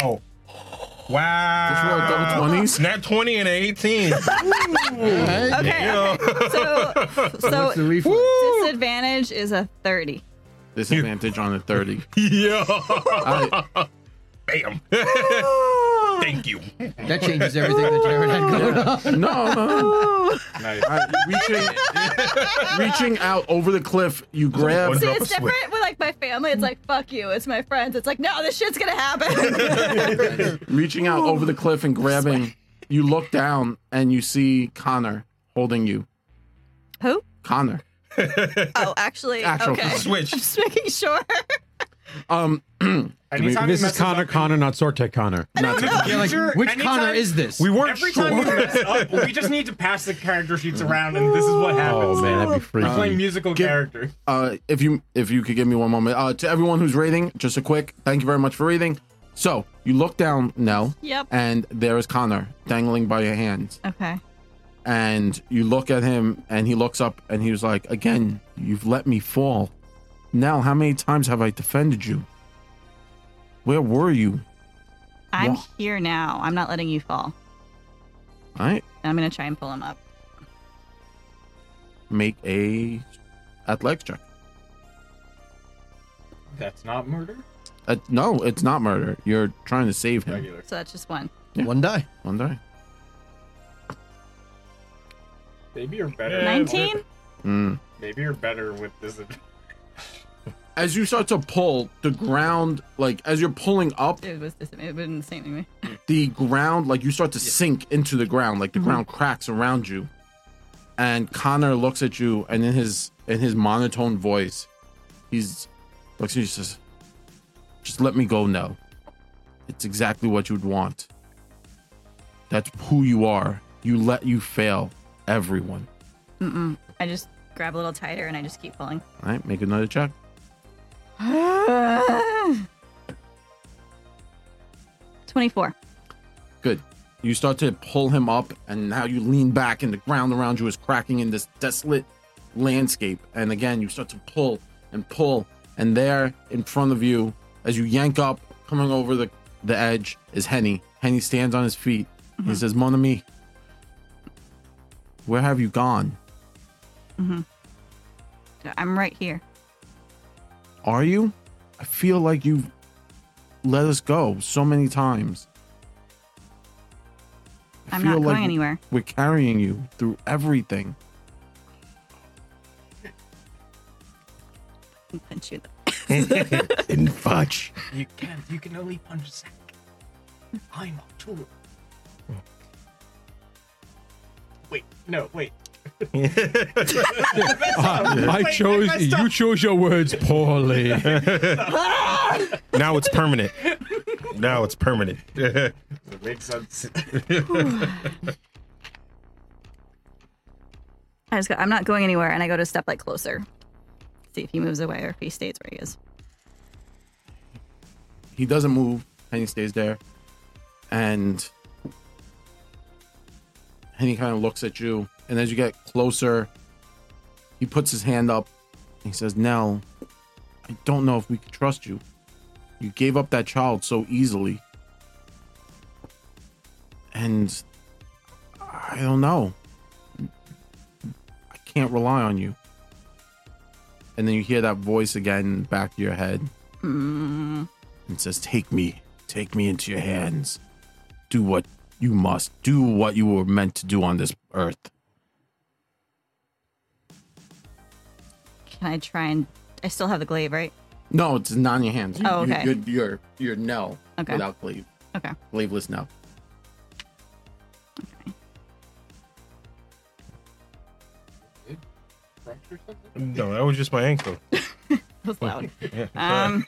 S1: Just roll
S4: Wow.
S1: double 20s.
S4: Not 20 and an 18.
S2: Right?
S5: okay. okay. So, so
S2: What's the reflex?
S5: Disadvantage disadvantage is a 30.
S1: Disadvantage on a 30.
S4: Yeah.
S1: I,
S4: Bam. Thank you.
S2: That changes everything that Jared had going on.
S1: no, no.
S3: Nice.
S1: I- reaching, reaching out over the cliff, you grab.
S5: See,
S4: Drop a
S5: it's
S4: switch.
S5: different with like my family. It's like, fuck you. It's my friends. It's like, no, this shit's gonna happen.
S1: reaching out over the cliff and grabbing. You look down and you see Connor holding you.
S5: Who?
S1: Connor.
S5: Oh, actually,
S1: Actual
S5: okay.
S1: Connor.
S4: Switch.
S5: I'm just making sure.
S1: Um,
S3: Anytime
S6: This
S3: he
S6: is
S3: messes
S6: Connor
S3: up in
S6: Connor, not Sortek Connor.
S1: not to-
S3: the future,
S2: Which
S3: anytime-
S2: Connor is this?
S6: We weren't
S3: Every
S6: sure.
S3: time we mess up, we just need to pass the character sheets around, and this is what happens.
S6: oh man, that'd be
S4: Um,
S3: We're playing
S6: freaky.
S3: musical
S1: Give-
S3: character.
S1: uh, if you if you could give me one moment. Uh, to everyone who's rating, just a quick thank you very much for rating. So you look down, Nell.
S5: Yep.
S1: And there is Connor dangling by your hand,
S5: Okay.
S1: and you look at him, and he looks up, and he was like, "Again, you've let me fall. Nell, how many times have I defended you? Where were you?
S5: I'm
S1: Yeah.
S5: here now. I'm not letting you fall.
S1: All right,
S5: And I'm gonna try and pull him up.
S1: make a athletics check.
S3: That's not murder.
S1: Uh, no, it's not murder. You're trying to save him.
S3: Regular.
S5: So that's just one.
S2: One die.
S1: One die.
S3: Maybe you're better.
S4: Yeah.
S5: 19?
S1: Mm.
S3: Maybe you're better with this.
S1: as you start to pull the ground like as you're pulling up
S5: It was dis- it wouldn't the same anyway.
S1: the ground like you start to sink into the ground like the ground cracks around you and connor looks at you and in his in his monotone voice he's looks at you and says just let me go now it's exactly what you'd want that's who you are you let you fail everyone
S5: I just grab a little tighter and I just keep pulling.
S1: all right make another check
S5: Twenty-four.
S1: Good. You start to pull him up, and now you lean back, and the ground around you is cracking in this desolate landscape. And again, you start to pull and pull, and there in front of you, as you yank up, coming over the, the edge, is Henny. Henny stands on his feet. He says, Mon ami, where have you gone?
S5: I'm right here.
S1: Are you? I feel like you've let us go so many times. I
S5: I'm
S1: feel
S5: not
S1: like
S5: going anywhere.
S1: We're carrying you through everything.
S5: I'll Punch you.
S2: In fudge.
S3: You can't. You can only punch Zack. I'm a tool. Wait. No. Wait.
S6: I chose.
S3: messed
S6: You chose your words poorly.
S4: Now it's permanent. Now it's permanent.
S3: It makes sense.
S5: I just go, I'm not going anywhere, and I go to a step like closer. See if he moves away or if he stays where he is.
S1: he doesn't move and he stays there and and he kind of looks at you and as you get closer he puts his hand up and he says nell i don't know if we can trust you you gave up that child so easily and i don't know i can't rely on you and then you hear that voice again in the back of your head and says, Take me, take me into your hands. Do what you must, do what you were meant to do on this earth.
S5: Can I try and? I still have the glaive, right?
S1: No, it's not in your hands. You,
S5: Oh, okay.
S1: You, you're, you're, you're no
S5: Okay.
S1: without glaive.
S5: Okay.
S1: Glaiveless no.
S4: no, that was just my ankle.
S5: That was loud. um,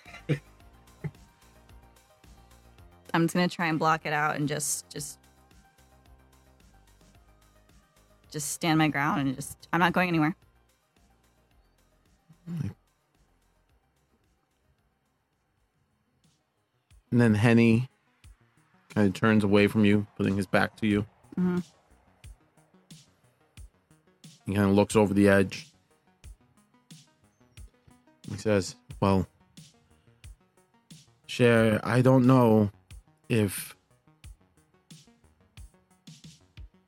S5: I'm just gonna try and block it out and just just just stand my ground and just I'm not going anywhere.
S1: And then Henny kind of turns away from you, putting his back to you. He kind of looks over the edge. He says, Well, Cher, I don't know if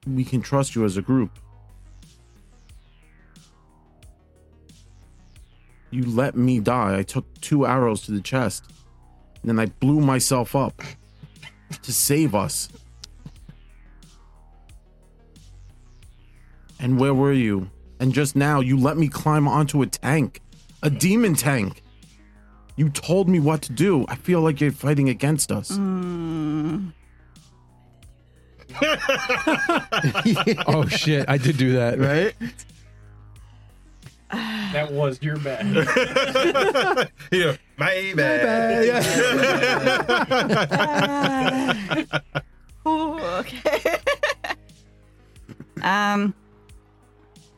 S1: we can trust you as a group. You let me die. I took two arrows to the chest, and then I blew myself up to save us. And where were you? And just now, you let me climb onto a tank, a demon tank. You told me what to do. I feel like you're fighting against us.
S6: oh shit! I did do that.
S2: right?
S3: That was your bad.
S4: Yeah, my bad.
S5: Ooh, okay. um,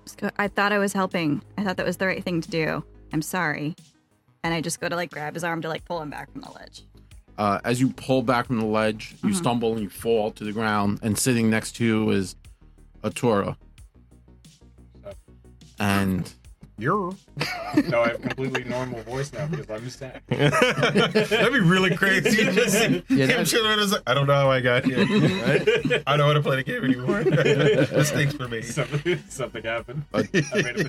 S5: just go- I thought I was helping. I thought that was the right thing to do. I'm sorry. And I just go to like grab his arm to like pull him back from the ledge.
S1: uh, as you pull back from the ledge, you stumble and you fall to the ground. And sitting next to you is a Torah. And
S4: You're.
S3: no, I have completely normal voice now because I'm sad.
S4: That'd be really crazy. Just him
S6: that's-
S4: chilling is like, I don't know how I got here. I don't want to play the game anymore. Mistakes for me.
S3: Something, something happened. I made a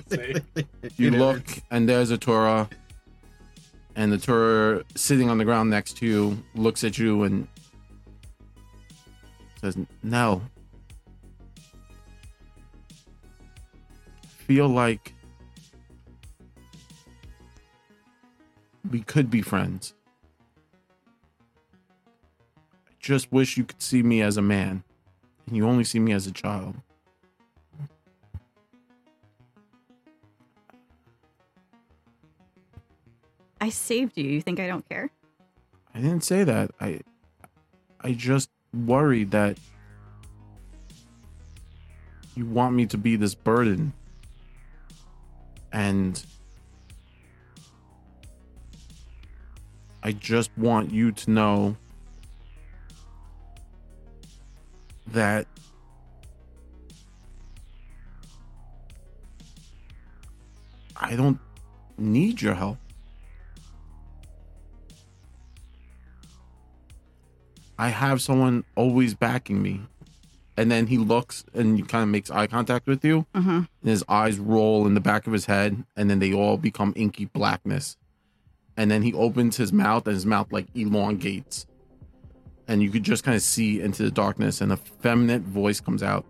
S3: mistake.
S1: you look, and there's a Torah. And the Torah sitting on the ground next to you looks at you and says, No. Feel like we could be friends. I just wish you could see me as a man, and you only see me as a child.
S5: I saved you. You think I don't care?
S1: I didn't say that. I I just worried that you want me to be this burden. And I just want you to know that I don't need your help. I have someone always backing me. And then he looks and he kind of makes eye contact with you,
S5: Mhm.
S1: and his eyes roll in the back of his head, and then they all become inky blackness. And then he opens his mouth, and his mouth like elongates. And you could just kind of see into the darkness, and a feminine voice comes out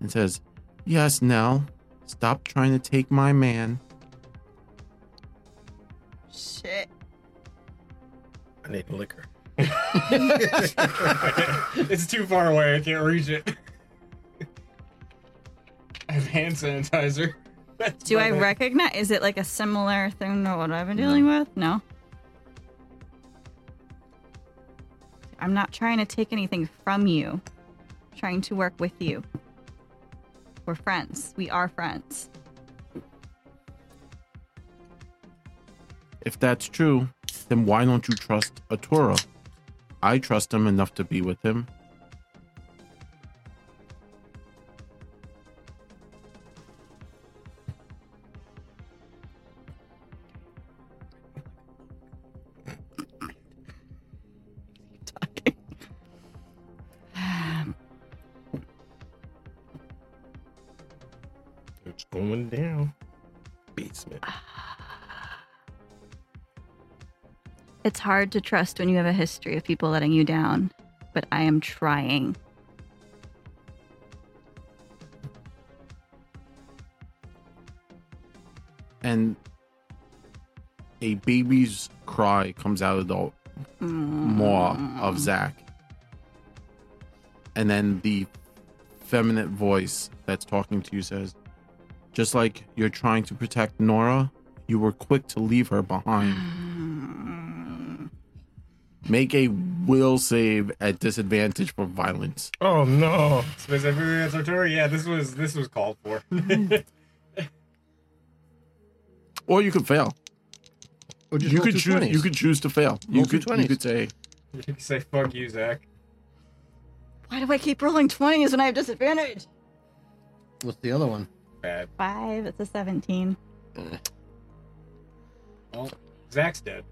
S1: and says, Yes, Nell, stop trying to take my man.
S5: Shit.
S4: I need liquor.
S3: It's too far away. I can't reach it. I have hand sanitizer. That's
S5: Do I
S3: about it.
S5: recognize? Is it like a similar thing to what I've been dealing with? No. I'm not trying to take anything from you. I'm trying to work with you. We're friends. We are friends.
S1: If that's true, then why don't you trust Atura? I trust him enough to be with him.
S4: It's going down. Basement.
S5: It's hard to trust when you have a history of people letting you down, but I am trying.
S1: and a baby's cry comes out of the maw of Zach. And then the feminine voice that's talking to you says, Just like you're trying to protect Nora, you were quick to leave her behind. Make a will save at disadvantage for violence.
S4: Oh no.
S3: Specifically, that's Arturo. Yeah, this was this was called for.
S1: Or you could fail.
S2: Or just
S1: You
S2: roll
S1: could
S2: two
S1: choose
S2: 20s.
S1: you could choose to fail. You
S2: Roll two
S1: could, you
S2: 20s.
S1: could say
S3: you can say fuck you, Zach.
S5: Why do I keep rolling 20s when I have disadvantage?
S2: What's the other one?
S3: Bad.
S5: Five, it's a 17.
S3: Well, Zach's dead.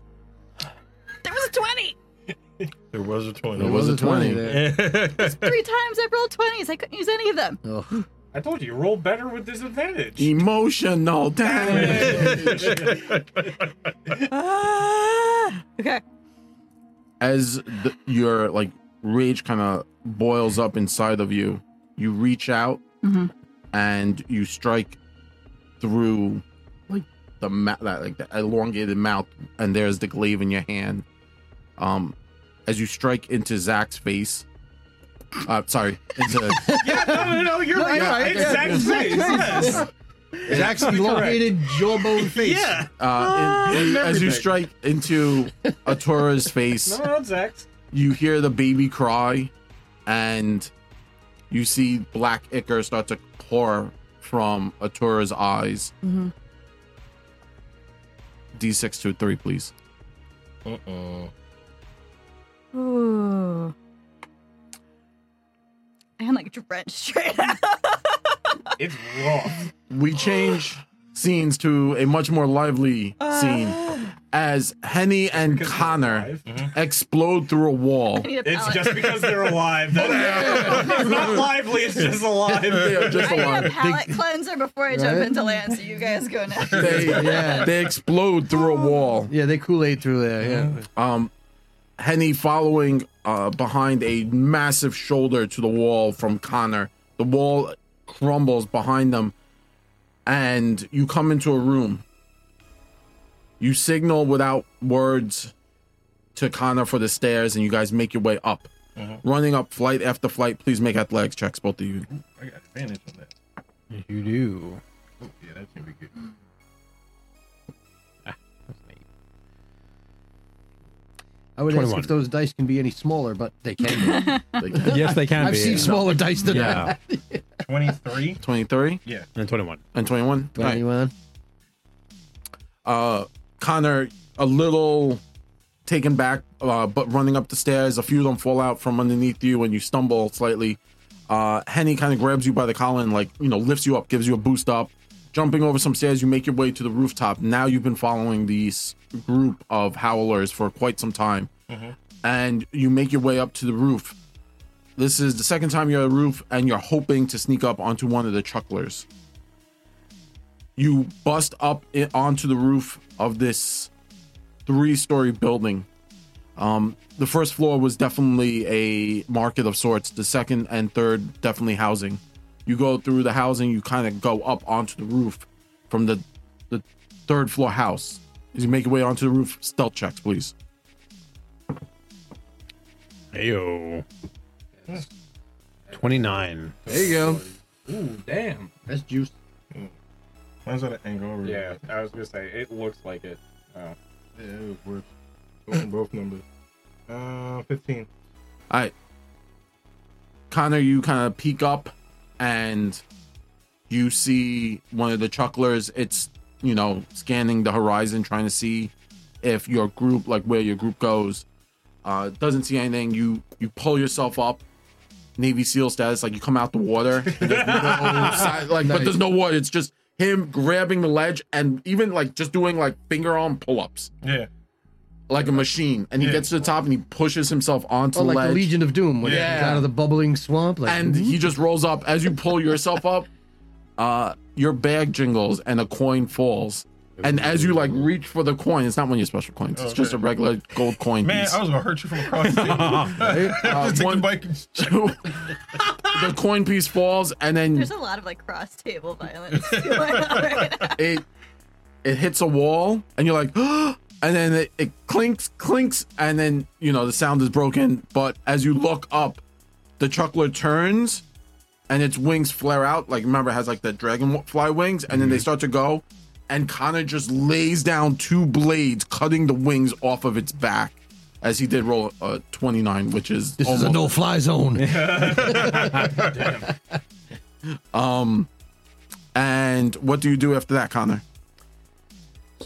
S5: There was a 20!
S4: There was a
S1: There
S4: twenty.
S1: was a 20.
S2: there.
S4: That's
S5: Three times I rolled 20s. I couldn't use any of them.
S2: Ugh.
S3: I told you, roll better with disadvantage.
S1: Emotional damage.
S5: Okay.
S1: As the, your like rage kind of boils up inside of you, you reach out
S3: Mm-hmm.
S5: Mhm.
S1: and you strike through like the ma- that like the elongated mouth, and there's the glaive in your hand. Um, as you strike into Zach's face. Uh, sorry, into
S3: yeah, no, no, no, you're right.
S2: you're right,
S3: It's
S2: yeah.
S3: Zach's face. Yes.
S2: Zach's elongated jawbone face.
S3: Yeah.
S1: uh, in- in- as you
S3: Everything.
S1: strike into Atora's face.
S3: No, no, it's Zach's.
S1: you hear the baby cry and you see black ichor start to pour from Atura's eyes.
S5: Mhm.
S1: D6 to 3, please.
S4: Uh-oh.
S5: Ooh. I'm like drenched straight out.
S3: It's rough.
S1: We change scenes to a much more lively scene as Henny and
S3: Because
S1: Connor explode through a wall.
S5: I need a
S3: It's
S5: palate.
S3: just because they're alive. That, it's not lively, it's just alive.
S1: They are just
S5: I need a
S1: alive.
S5: palate cleanser before I jump
S2: Right?
S5: into Lance. You guys go now.
S1: They,
S2: Yeah.
S1: they explode through a wall.
S2: Yeah, they Kool Aid through there. Yeah.
S1: Um, Henny following uh, behind a massive shoulder to the wall from Connor. The wall crumbles behind them, and you come into a room. You signal without words to Connor for the stairs, and you guys make your way up. Running up flight after flight, please make athletics checks, both of you.
S4: I got advantage on that.
S6: You do.
S4: Oh, yeah, that's gonna be good.
S2: I would ask
S6: 21.
S2: if those dice can be any smaller, but they can. be.
S1: Like,
S6: Yes, they can
S2: I've
S6: be.
S2: seen smaller dice than that.
S6: yeah,
S4: 23?
S1: 23
S4: Yeah.
S6: and twenty-one.
S1: and 21. All right.
S2: Twenty-one.
S1: uh Connor a little taken back uh but running up the stairs a few of them fall out from underneath you and you stumble slightly uh Henny kind of grabs you by the collar and like you know lifts you up gives you a boost up jumping over some stairs you make your way to the rooftop now you've been following these group of howlers for quite some time and you make your way up to the roof this is the second time you're at the roof and you're hoping to sneak up onto one of the chucklers you bust up it onto the roof of this three-story building. Um, the first floor was definitely a market of sorts. The second and third definitely housing. You go through the housing, you kind of go up onto the roof from the the third floor house. As you make your way onto the roof, stealth checks, please.
S6: Ayo. Twenty-nine.
S2: There you go.
S3: Ooh, damn.
S2: That's juice.
S4: Mine's at an angle. over
S3: Yeah,
S4: there.
S3: I was gonna say it looks like it. Oh.
S4: Yeah, it was worth going both numbers. Uh, 15.
S1: All right. Connor, you kind of peek up and you see one of the chucklers. It's, you know, scanning the horizon, trying to see if your group, like where your group goes. Uh, doesn't see anything. You you pull yourself up, Navy SEAL status. Like you come out the water, and there's no side- like, but there's no water. It's just him grabbing the ledge and even like just doing like finger arm pull ups,
S4: Yeah.
S1: like a machine. And he
S4: Yeah.
S1: gets to the top and he pushes himself onto
S2: Oh,
S1: the
S2: like the
S1: ledge
S2: Legion of Doom when yeah.
S1: Yeah.
S2: out of the bubbling swamp. Like,
S1: and he just rolls up as you pull yourself up uh your bag jingles and a coin falls and as you like reach for the coin it's not one of your special coins it's just a regular gold coin
S4: Man,
S1: piece
S4: I was gonna hurt you from across the table.
S1: Uh,
S4: Just take
S1: one-
S4: the bike and
S1: the coin piece falls and then
S5: There's a lot of like cross table violence going on right now.
S1: it it hits a wall and you're like and then it, it clinks clinks and then you know the sound is broken but as you look up the chuckler turns and its wings flare out like remember it has like the dragonfly wings and then
S2: Mm-hmm.
S1: they start to go and connor just lays down two blades cutting the wings off of its back as he did roll a 29 which is
S2: this is a
S1: almost-
S2: no-fly zone.
S1: and what do you do after that connor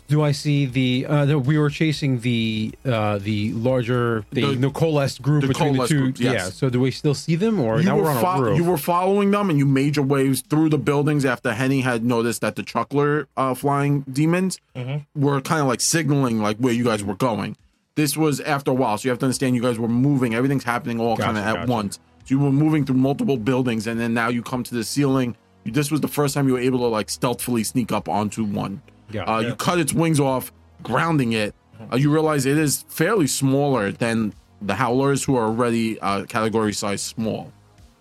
S6: Do I see the? Uh, no, we were chasing the uh, the larger the,
S1: The-
S6: the coalesced group
S1: the
S6: between the
S1: coalesced
S6: two.
S1: group, yes.
S6: Yeah. So do we still see them, or
S1: you
S6: now
S1: were
S6: we're on
S1: fo-
S6: a roof?
S1: you were following them and you made your waves through the buildings after Henny had noticed that the Chuckler uh, flying demons
S6: Mm-hmm.
S1: were kind of like signaling like where you guys were going. This was after a while, so you have to understand you guys were moving. Everything's happening all kind of
S6: Gotcha,
S1: at
S6: gotcha.
S1: once. So you were moving through multiple buildings, and then now you come to the ceiling This was the first time you were able to like stealthily sneak up onto one.
S6: Yeah. Mm-hmm.
S1: Uh, You cut its wings off, grounding it. Uh, you realize it is fairly smaller than the howlers, who are already uh, category size small.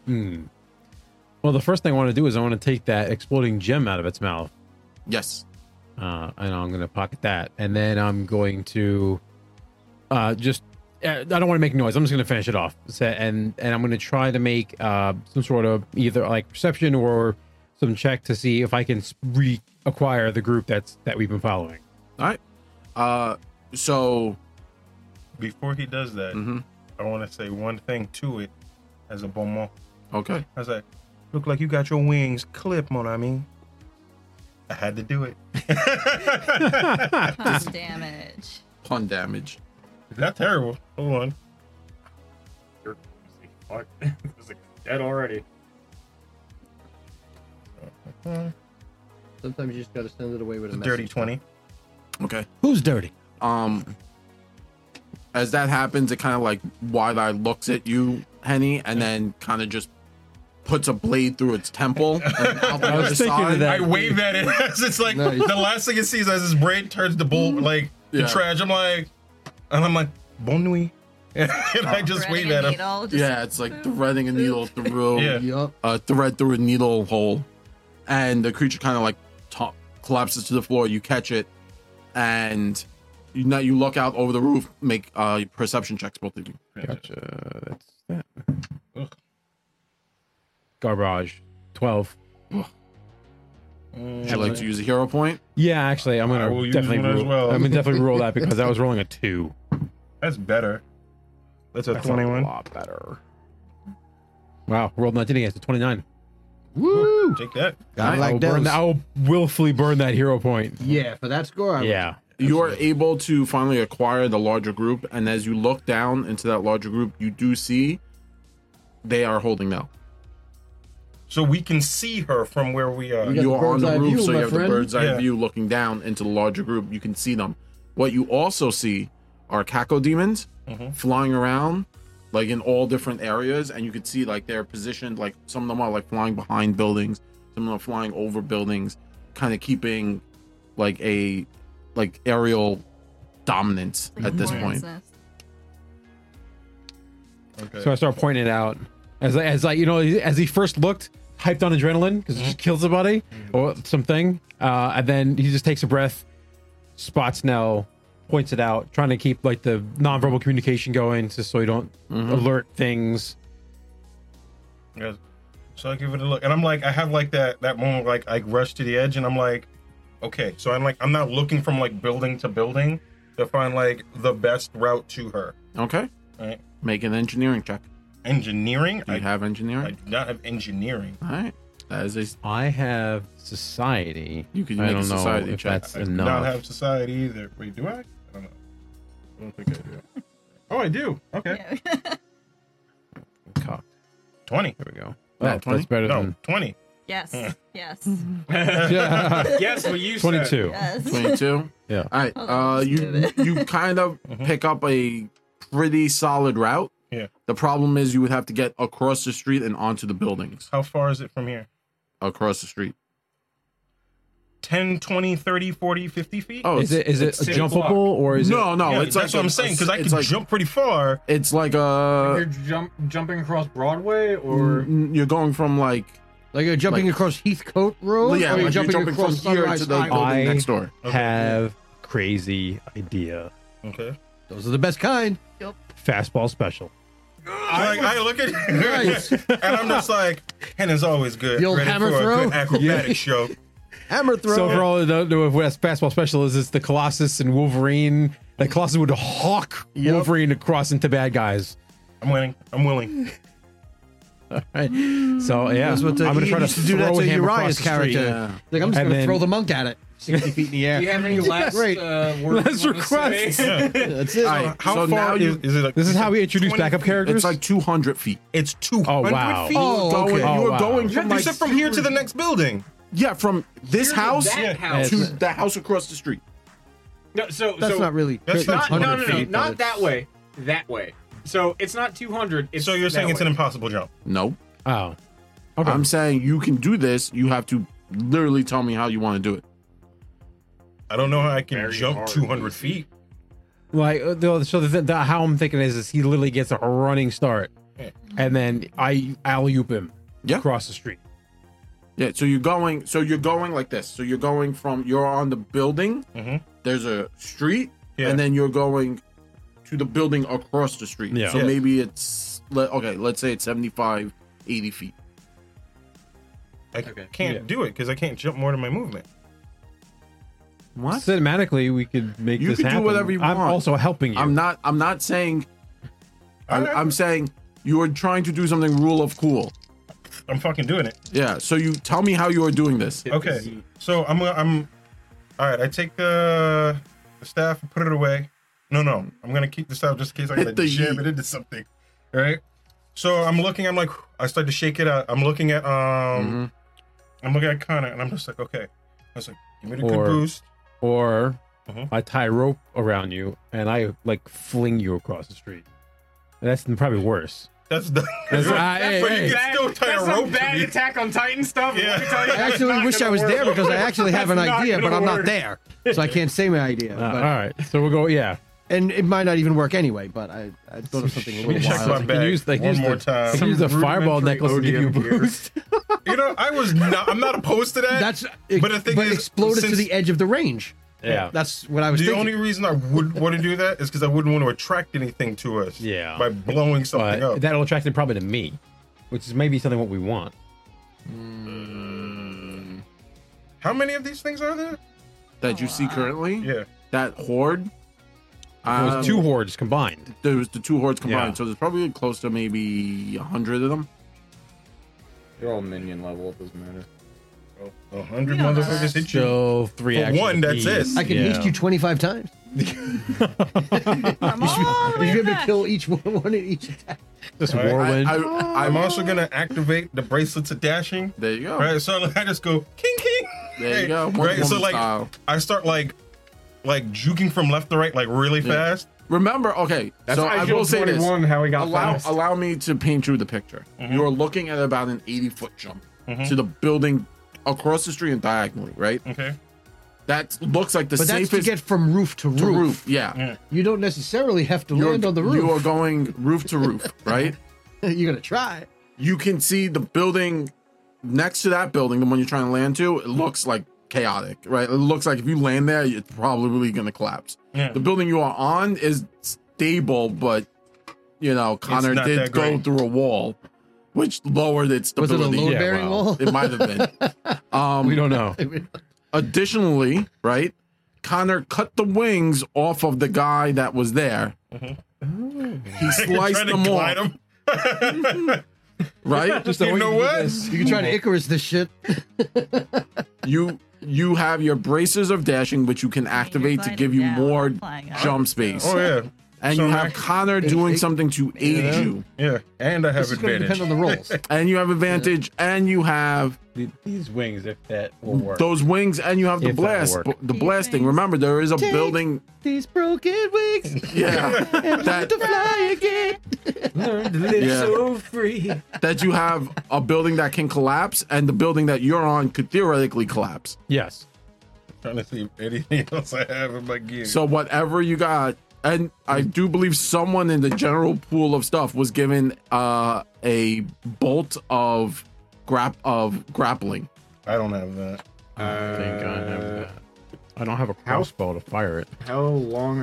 S6: Well, the first thing I want to do is I want to take that exploding gem out of its mouth,
S1: Yes.
S6: uh, and I'm going to pocket that, and then I'm going to uh, just. uh, I don't want to make noise. I'm just going to finish it off, so, and and I'm going to try to make uh, some sort of either like perception or some check to see if I can s- reacquire the group that's that we've been following.
S1: All right. Uh, so
S4: Before he does that,
S1: Mhm.
S4: I want to say one thing to it as a bon mot.
S1: okay.
S4: I was like, look like you got your wings clipped, mon ami. I had to do it.
S5: Pun damage.
S1: Pun damage.
S4: Not terrible. Hold on.
S3: You're- Fuck. It was like dead already.
S2: Sometimes you just gotta send it away with
S4: It's a dirty 20.
S1: Okay.
S6: Who's dirty?
S1: um as that happens it kind of like wide-eyed looks at you henny and then kind of just puts a blade through its temple and out the
S6: I was
S1: other
S6: thinking of
S1: side.
S6: that.
S4: I wave at it as it's like
S2: Nice.
S4: the last thing it sees as his brain turns to bolt, like
S1: Yeah.
S4: the trash. I'm like, and I'm like, bon nuit. and I just
S5: Threading
S4: wave
S5: a
S4: at him.
S5: needle, just-
S1: yeah it's like threading a needle through
S4: Yeah.
S2: Yup.
S1: a thread through a needle hole and the creature kind of like to collapses to the floor you catch it and you now you look out over the roof make uh perception checks both of you
S6: Gotcha. That's that.
S4: Ugh.
S6: Garbage. Twelve.
S1: would you like to use a hero point
S6: Yeah, actually, I'm
S4: I
S6: gonna
S4: will use
S6: definitely.
S4: one as
S6: roll-
S4: well.
S6: I'm gonna definitely roll that because I was rolling a two.
S4: That's better. That's a
S6: That's
S4: 21.
S6: A lot better. Wow, rolled 19 against a 29.
S2: Woo!
S4: Take that.
S2: I
S6: I will
S2: like
S6: Oh, burn
S2: those.
S6: that- I will willfully burn that hero point.
S2: Yeah, for that score. I would-
S6: Yeah.
S1: You're able to finally acquire the larger group, and as you look down into that larger group, you do see they are holding now.
S4: So we can see her from where we are.
S2: You got
S1: You
S2: the
S1: are on
S2: bird's
S1: the
S2: eye
S1: roof,
S2: view,
S1: so you
S2: my
S1: have the
S2: friend.
S1: bird's eye
S4: Yeah.
S1: view looking down into the larger group. You can see them. What you also see are caco demons
S2: Mm-hmm.
S1: flying around, like in all different areas, and you can see like they're positioned. Like some of them are like flying behind buildings, some of them are flying over buildings, kind of keeping like a like aerial dominance
S5: like
S1: at this
S5: hornet's
S1: point.
S5: nest.
S4: Okay.
S6: So I start pointing it out as I, as I you know as he first looked hyped on adrenaline because it just kills somebody or something, uh, and then he just takes a breath, spots Nell, points it out, trying to keep like the nonverbal communication going, just so you don't alert things.
S4: Yes. So I give it a look, and I'm like, I have like that that moment, like I rush to the edge, and I'm like, okay. So I'm like, I'm not looking from like building to building to find like the best route to her.
S1: Okay.
S4: Right?
S1: Make an engineering check.
S4: Engineering?
S1: Do you
S4: I,
S1: have
S4: I
S1: engineering?
S4: do not have engineering.
S1: All right. That is a.
S6: I have society.
S1: You could
S6: I
S1: make a
S6: don't know
S1: society
S6: if
S1: check.
S6: that's
S4: I do
S6: enough.
S4: not have society either. Wait, do I? I don't know. I don't think I do. Oh, I do. Okay,
S5: Yeah.
S6: Cock.
S4: twenty.
S6: There we go.
S1: Yeah,
S6: Oh,
S1: 20?
S6: that's better
S4: No,
S6: than
S4: twenty.
S5: yes. Yes.
S1: Mm-hmm.
S3: Yes, well, you said.
S6: 22.
S5: Yes.
S1: 22.
S6: Yeah.
S1: All right.
S5: Hold on,
S1: Uh,
S5: let's move
S1: you
S5: it.
S1: you kind of pick up a pretty solid route.
S4: Mm-hmm. Yeah.
S1: The problem is you would have to get across the street and onto the buildings
S4: How far is it from here?
S1: across the street.
S4: 10, 20, 30, 40, 50 feet?
S1: Oh,
S6: Is it
S1: it's-
S6: is it
S3: it's six
S6: jumpable
S3: block.
S6: or is
S1: no,
S6: it?
S1: no.
S4: Yeah,
S1: it's
S4: that's
S1: like
S4: what
S1: i
S4: I'm saying because I
S1: it's
S4: can
S1: like,
S4: jump pretty far.
S1: It's like a.
S3: You're jump, jumping across Broadway, or
S1: You're, going from like
S2: Like you're jumping
S1: Like-
S2: across Heathcote Road.
S1: yeah,
S2: or
S1: like
S2: you're
S1: you're
S2: jumping,
S1: jumping from
S2: across
S1: here
S2: Sunrise
S1: to the
S2: Highway?
S1: building
S6: I-
S1: next door.
S6: Have crazy idea.
S4: Okay.
S2: Those are the best kind.
S6: Fastball special.
S4: Like, I look at
S2: Nice.
S4: and I'm just like, Hannah's always good.
S2: The old
S4: ready
S2: hammer
S4: for
S2: throw?
S4: a good acrobatic show.
S2: Hammer throw.
S6: So for all who don't know of what fastball special is, it's the Colossus and Wolverine. The Colossus would hawk Wolverine across into bad guys.
S4: I'm winning. I'm willing.
S6: Right? So yeah,
S2: That's what the,
S6: I'm gonna
S2: he
S6: try to
S2: used do that
S6: throw
S2: to
S6: him
S2: Uriah's
S6: across the street.
S2: character. Like uh, I'm just
S6: And
S2: gonna
S6: then-
S2: throw the monk at it. Sixty feet in the air.
S3: do you have any last
S2: Great.
S3: uh, words?
S6: Last
S3: you wanna
S6: request.
S3: say?
S2: That's it.
S1: All right,
S4: How
S1: so
S4: far
S1: now
S4: is,
S1: you,
S4: is it? Like,
S6: This is how we introduce
S4: 20
S6: backup
S4: feet.
S6: characters.
S1: it's like 200 feet.
S4: It's two hundred
S6: wow.
S4: feet.
S2: Oh,
S1: Going-
S2: okay.
S1: You
S6: Oh,
S1: were
S6: wow.
S1: going
S4: you
S1: from
S4: like,
S1: like
S4: said from here to the next building.
S1: Yeah, from this
S3: Here's
S1: house,
S3: that
S4: Yeah.
S3: house.
S1: to the house across the street.
S3: No, so
S2: That's
S3: so
S2: not really.
S4: That's
S3: not no
S4: 600
S3: no no
S4: feet,
S3: not
S2: that
S3: that way that way. So it's not 200. It's
S4: So
S3: that
S4: you're saying it's
S3: way.
S4: an impossible jump?
S1: No,
S6: oh, Okay.
S1: I'm saying you can do this. You have to literally tell me how you want to do it.
S4: I don't know how I can
S3: Very
S4: jump
S3: hard.
S4: 200 feet.
S6: Like uh, the, so, the, the, how I'm thinking is, is he literally gets a running start,
S4: Yeah.
S6: and then I alley oop him
S1: Yeah.
S6: across the street.
S1: Yeah, so you're going so you're going like this. So you're going from you're on the building,
S4: Mhm.
S1: there's a street,
S4: Yeah.
S1: and then you're going to the building across the street.
S6: Yeah.
S1: So
S4: Yeah.
S1: maybe it's let, okay, let's say it's 75, 80 feet.
S4: I can't
S6: Yeah.
S4: do it because I can't jump more than my movement.
S1: What?
S6: Cinematically, we could make
S1: You
S6: this
S1: could do
S6: happen.
S1: whatever you
S6: I'm
S1: want.
S6: also helping you.
S1: I'm not I'm not saying I,
S4: Alright.
S1: I'm saying you are trying to do something rule of cool.
S4: I'm fucking doing it.
S1: Yeah, so you tell me how you are doing this.
S4: Okay, so I'm gonna- I'm. All right, I take the, the staff, and put it away. No, no, I'm gonna keep the staff just in case I
S1: Hit
S4: gotta
S1: the
S4: jam
S1: yeet.
S4: it into something. All right. So I'm looking. I'm like, I start to shake it out. I'm looking at um, I'm looking at Connor, and I'm just like, okay. I was like, give me the
S6: Or-
S4: good boost.
S6: or
S4: Mhm.
S6: I tie rope around you and I like fling you across the street. And that's probably worse.
S4: That's the.
S6: That's-
S4: but
S6: ah, hey,
S4: you
S6: hey.
S4: can still tie
S3: That's
S4: a
S3: some
S4: rope to
S3: bad
S4: me.
S3: Attack on Titan stuff.
S4: Yeah.
S3: Let me tell you,
S2: I
S3: that's
S2: actually
S3: not
S2: wish I
S3: gonna
S2: was
S3: work.
S2: there because I actually have an
S3: That's not
S2: idea, but
S3: gonna
S2: I'm not
S3: work.
S2: there, so I can't say my idea.
S6: Uh, all
S2: but,
S6: right. So we'll go, yeah.
S2: And it might not even work anyway. But I, I thought of something a
S6: Check
S2: little
S4: Check
S2: wild.
S4: my
S6: Can
S4: bag
S6: use- they can
S4: one
S6: use
S4: more
S6: the-
S4: time.
S6: Use a
S3: rudimentary
S6: fireball necklace to give you a
S3: ODM here.
S6: boost.
S4: You know, I was not. I'm not opposed to that.
S2: That's
S4: but the thing
S2: but
S4: is,
S2: exploded to
S4: since-
S2: the edge of the range.
S6: Yeah.
S2: that's what I was
S4: the
S2: thinking.
S4: only reason I would want to do that is because I wouldn't want to attract anything to us.
S6: Yeah.
S4: By blowing something
S6: But
S4: up.
S6: that'll attract it probably to me, which is maybe something what we want.
S4: How many of these things are there?
S1: That you see currently?
S4: Yeah.
S1: That horde.
S6: Those
S1: um,
S6: two hordes combined.
S1: there was the two hordes combined,
S6: Yeah.
S1: so there's probably close to maybe a hundred of them.
S7: They're all minion level. It doesn't matter.
S4: A hundred
S5: We don't know
S4: motherfuckers hit you.
S6: So three
S4: For
S6: actions
S4: one, that's
S6: apiece.
S4: it.
S2: I can
S6: Yeah.
S2: haste you 25 times.
S5: Come on,
S2: You should be able to
S5: back.
S2: kill each one, one in each attack.
S6: Just
S4: All right, I-
S6: whirlwind.
S1: I,
S2: Oh.
S4: I'm
S1: am
S4: also gonna activate the bracelets of dashing.
S1: There you go.
S4: Right, so I just go king king.
S1: There you go. Wonder
S4: Right, so
S1: Woman
S4: like
S1: style.
S4: I start like like juking from left to right like really fast.
S1: Remember, okay.
S3: That's
S1: so I will say this.
S3: How we got
S1: Allow
S3: fast.
S1: allow me to paint you the picture. You're looking at about an 80 foot jump to the building across the street and diagonally, right?
S4: Okay.
S1: That looks like the
S2: But that's
S1: safest
S2: to get from roof to,
S1: to
S2: roof.
S1: roof. Yeah.
S2: You don't necessarily have to land on the
S1: You are
S2: roof.
S1: going roof to roof, right?
S2: You're, going to try.
S1: You can see the building next to that building, the one you're trying to land to, it looks like chaotic, right? It looks like if you land there, it's probably going to collapse.
S4: Yeah.
S1: The building you are on is stable, but you know, Connor
S4: not
S1: did
S4: that
S1: go
S4: great.
S1: through a wall, which lowered its
S2: Was it a
S1: stability.
S2: load
S6: Yeah,
S2: bearing
S6: well.
S2: wall?
S1: It might have been. Um,
S6: we don't know.
S1: additionally, right? Connor cut the wings off of the guy that was there. He sliced
S4: Mm-hmm. Trying to
S1: them
S4: glide
S1: off,
S4: 'em.
S1: right?
S6: Just the
S4: You
S6: way
S4: know
S6: do
S4: what?
S6: this.
S2: You can try to Icarus this shit.
S1: you you have your braces of dashing, which you can activate to
S5: gliding
S1: give you
S5: down,
S1: more
S5: flying up.
S1: jump space,
S4: Oh yeah.
S1: and
S4: so
S1: you
S4: I'm
S1: have
S4: act-
S1: Connor doing something to aid
S2: Yeah.
S1: you,
S4: Yeah. And I have
S2: This is going to
S4: advantage.
S2: depend on the rolls.
S1: and you have advantage, and you have
S6: Th- These wings, if that will work.
S1: those wings, and you have the
S6: If that
S1: blast,
S6: work.
S1: the
S5: These
S1: blasting.
S5: wings.
S1: Remember, there is a
S2: Take
S1: building.
S2: These broken wings
S1: Yeah,
S2: have to
S1: that
S2: fly again.
S6: Learn to live
S1: Yeah.
S6: so free.
S1: that you have a building that can collapse, and the building that you're on could theoretically collapse.
S6: Yes.
S4: trying to see if anything else I have in my gear.
S1: So whatever you got, and I do believe someone in the general pool of stuff was given uh, a bolt of grap of grappling.
S4: I don't have that.
S6: I think I have
S4: Uh,
S6: that. I don't have a crossbow to fire it.
S3: How long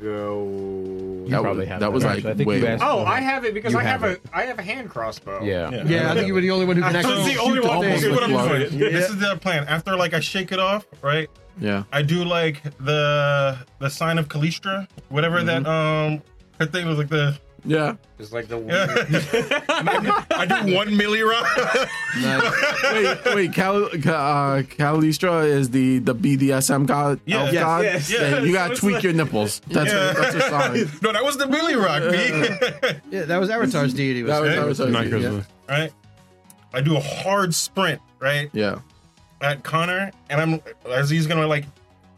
S3: ago?
S1: That
S6: probably
S1: was,
S6: have
S1: that
S6: that,
S1: was like
S6: actually. I think
S1: way
S6: you asked-
S3: Oh, I have it because
S6: You
S3: I have,
S6: have it.
S3: a I have a hand crossbow.
S6: Yeah.
S2: Yeah, I think you were the only one who can
S4: I was
S2: actually
S4: the
S2: shoot
S3: only
S2: the
S3: one who
S2: thing.
S4: See what I'm
S1: Blood.
S4: doing? This is the plan. After like I shake it off, right?
S1: yeah.
S4: I do like the the sign of Kalistra, whatever that um her thing was like the
S1: Yeah.
S3: It's like the
S4: I do one milli rock.
S1: Wait, wait. Cal, Ca- uh, Calistra is the the BDSM god.
S4: Yeah.
S1: elf
S4: Yes,
S1: god?
S3: yes,
S1: Yeah,
S4: yes.
S1: You gotta
S4: So it's
S1: tweak
S4: like-
S1: your nipples. That's
S4: Yeah.
S1: a, that's a sign.
S4: no, that was the milli rock, B.
S2: Yeah, that was Avatar's deity.
S1: That was,
S2: was
S1: that was
S6: Not
S1: yeah.
S6: Christmas.
S4: right? I do a hard sprint, right?
S1: yeah.
S4: At Connor, and I'm as he's gonna like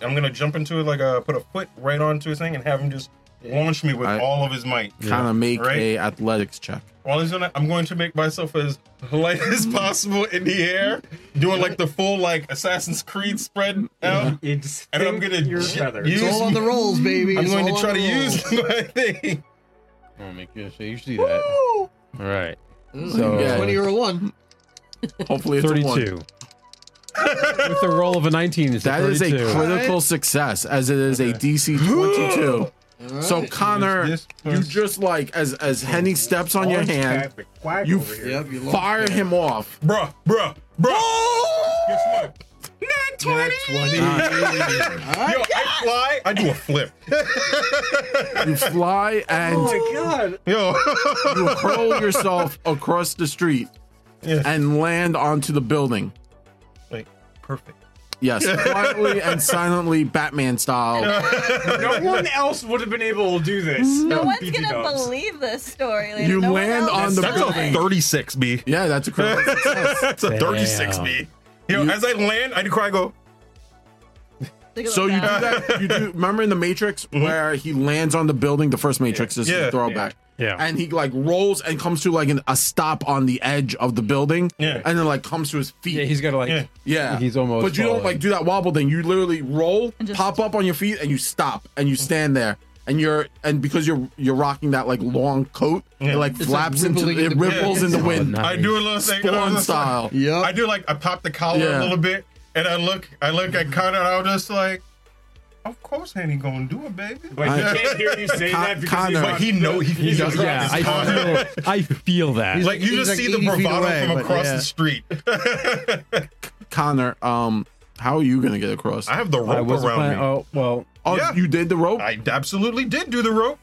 S4: I'm gonna jump into it like uh put a foot right onto his thing and have him just launch me with
S1: I-
S4: all of his might.
S1: Kind of make
S4: Right?
S1: a athletics check.
S4: While he's doing that, I'm going to make myself as light as possible in the air, doing like the full like Assassin's Creed spread out,
S3: It's
S4: and I'm gonna
S3: your
S4: j-
S3: feathers.
S4: use.
S2: It's all on the rolls, baby.
S4: I'm
S2: It's
S4: going
S2: all
S4: to
S2: on
S4: try
S2: the
S4: to
S2: rolls.
S4: use my thing.
S6: Oh my gosh, I usually do that. All right,
S1: So
S6: Yeah.
S2: Twenty or a one.
S1: hopefully it's a one.
S6: thirty-two. With the roll of a nineteen, it's
S1: That
S6: a
S1: is a
S6: 32.
S1: critical success, as it is a DC 22. So Connor,
S4: This
S1: you
S4: person-
S1: just like as as Henny steps on your
S3: Orange
S1: hand,
S3: cat, but quack
S1: you
S3: over here.
S2: Yep, you lost.
S1: fire him off.
S4: Bruh, bruh, bruh.
S2: Oh!
S4: Guess what? Yo, I fly. I do a flip.
S1: You fly
S4: Oh
S1: and
S3: Oh my god!
S4: Yo,
S1: you hurl yourself across the street
S4: Yes.
S1: and land onto the building.
S4: Wait, perfect.
S1: Yes, quietly and silently, Batman style.
S3: No one else would have been able to do this.
S5: No
S3: Um,
S5: one's
S3: BB
S5: gonna
S3: dubs.
S5: believe this story. Like,
S1: You
S5: no one
S1: land
S5: else
S1: on the
S5: will.
S4: That's a 36 B.
S1: Yeah, that's a critical success.
S4: That's a 36 B. Yo, as I land, I do cry. I go.
S5: Look at
S1: So you do
S5: that.
S1: that. You do. Remember in the Matrix where he lands on the building. The first Matrix is
S4: Mm-hmm. Yeah.
S1: the throwback.
S6: Yeah.
S1: And he like rolls and comes to like an, a stop on the edge of the building.
S4: Yeah.
S1: And then like comes to his feet.
S6: yeah, he's got to like.
S4: Yeah.
S1: Yeah.
S6: He's almost
S1: But you don't
S6: falling.
S1: like do that wobble thing. You literally roll,
S5: And just-
S1: pop up on your feet, and you stop and you stand there. And you're and because you're you're rocking that like long coat,
S4: Yeah.
S1: it like
S2: like,
S1: flaps into
S2: rippling in
S1: it
S2: the wind.
S1: ripples in the
S6: Oh,
S1: wind.
S6: nice.
S4: I do a little thing.
S1: Spawn style.
S2: Yep.
S4: I do like I pop the collar
S1: Yeah.
S4: a little bit, and I look, I look at Connor, and I'm just like, of course, Henny gonna do it, baby.
S3: But
S1: I-
S3: he can't hear you say
S1: Con-
S3: that because he's
S1: Connor.
S3: on-
S4: But he know he, he
S3: just-
S4: just
S6: Yeah, I
S4: I
S6: feel, I feel that.
S4: like you
S2: He's
S4: just
S2: like
S4: see the
S2: 80 feet
S4: bravado
S2: away,
S4: from
S2: but
S4: across
S2: yeah.
S4: the street.
S1: Connor, um, how are you gonna get across?
S4: I have the
S6: I
S4: rope
S6: was
S4: around
S6: plan-
S4: me.
S6: Oh well,
S1: oh,
S4: yeah.
S1: you did the rope.
S4: I absolutely did do the rope.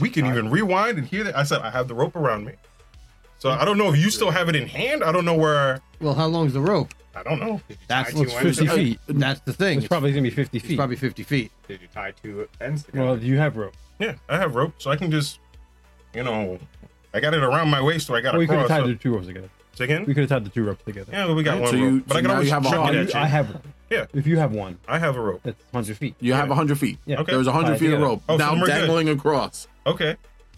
S4: We can even rewind and hear that. I said I have the rope around me. So I don't know if you still have it in hand. I don't know where.
S2: Well, how long's the rope?
S4: I don't know.
S2: That's
S3: Tied to
S2: what's
S3: ends?
S6: fifty feet.
S2: That's the thing.
S6: It's Oh, probably gonna be fifty feet.
S2: probably fifty feet.
S3: Did you tie two ends together?
S6: Well, you have rope.
S4: Yeah, I have rope, so I can just, you know, I got it around my waist, so I got
S6: Or
S4: to
S6: you could have
S4: cross.
S6: tied
S4: So,
S6: the two ropes together.
S4: Say again?
S6: We could have tied the two ropes together.
S4: Yeah, we got
S1: Right,
S4: one
S1: so
S4: rope,
S1: you-
S4: but
S1: so
S4: I can
S1: now
S4: always
S1: you have a
S4: chuck
S1: hard-
S4: it
S6: Oh,
S4: at
S6: you-
S4: you.
S6: I have one.
S4: Yeah.
S6: If you have one,
S4: I have a rope.
S6: that's hundred feet.
S1: You have
S4: Yeah.
S1: 100 feet.
S6: Yeah.
S4: Okay.
S1: There's 100
S6: Alright,
S1: feet of
S6: yeah.
S1: rope
S4: Oh, so
S1: now
S4: then we're good.
S1: dangling across.
S4: Okay,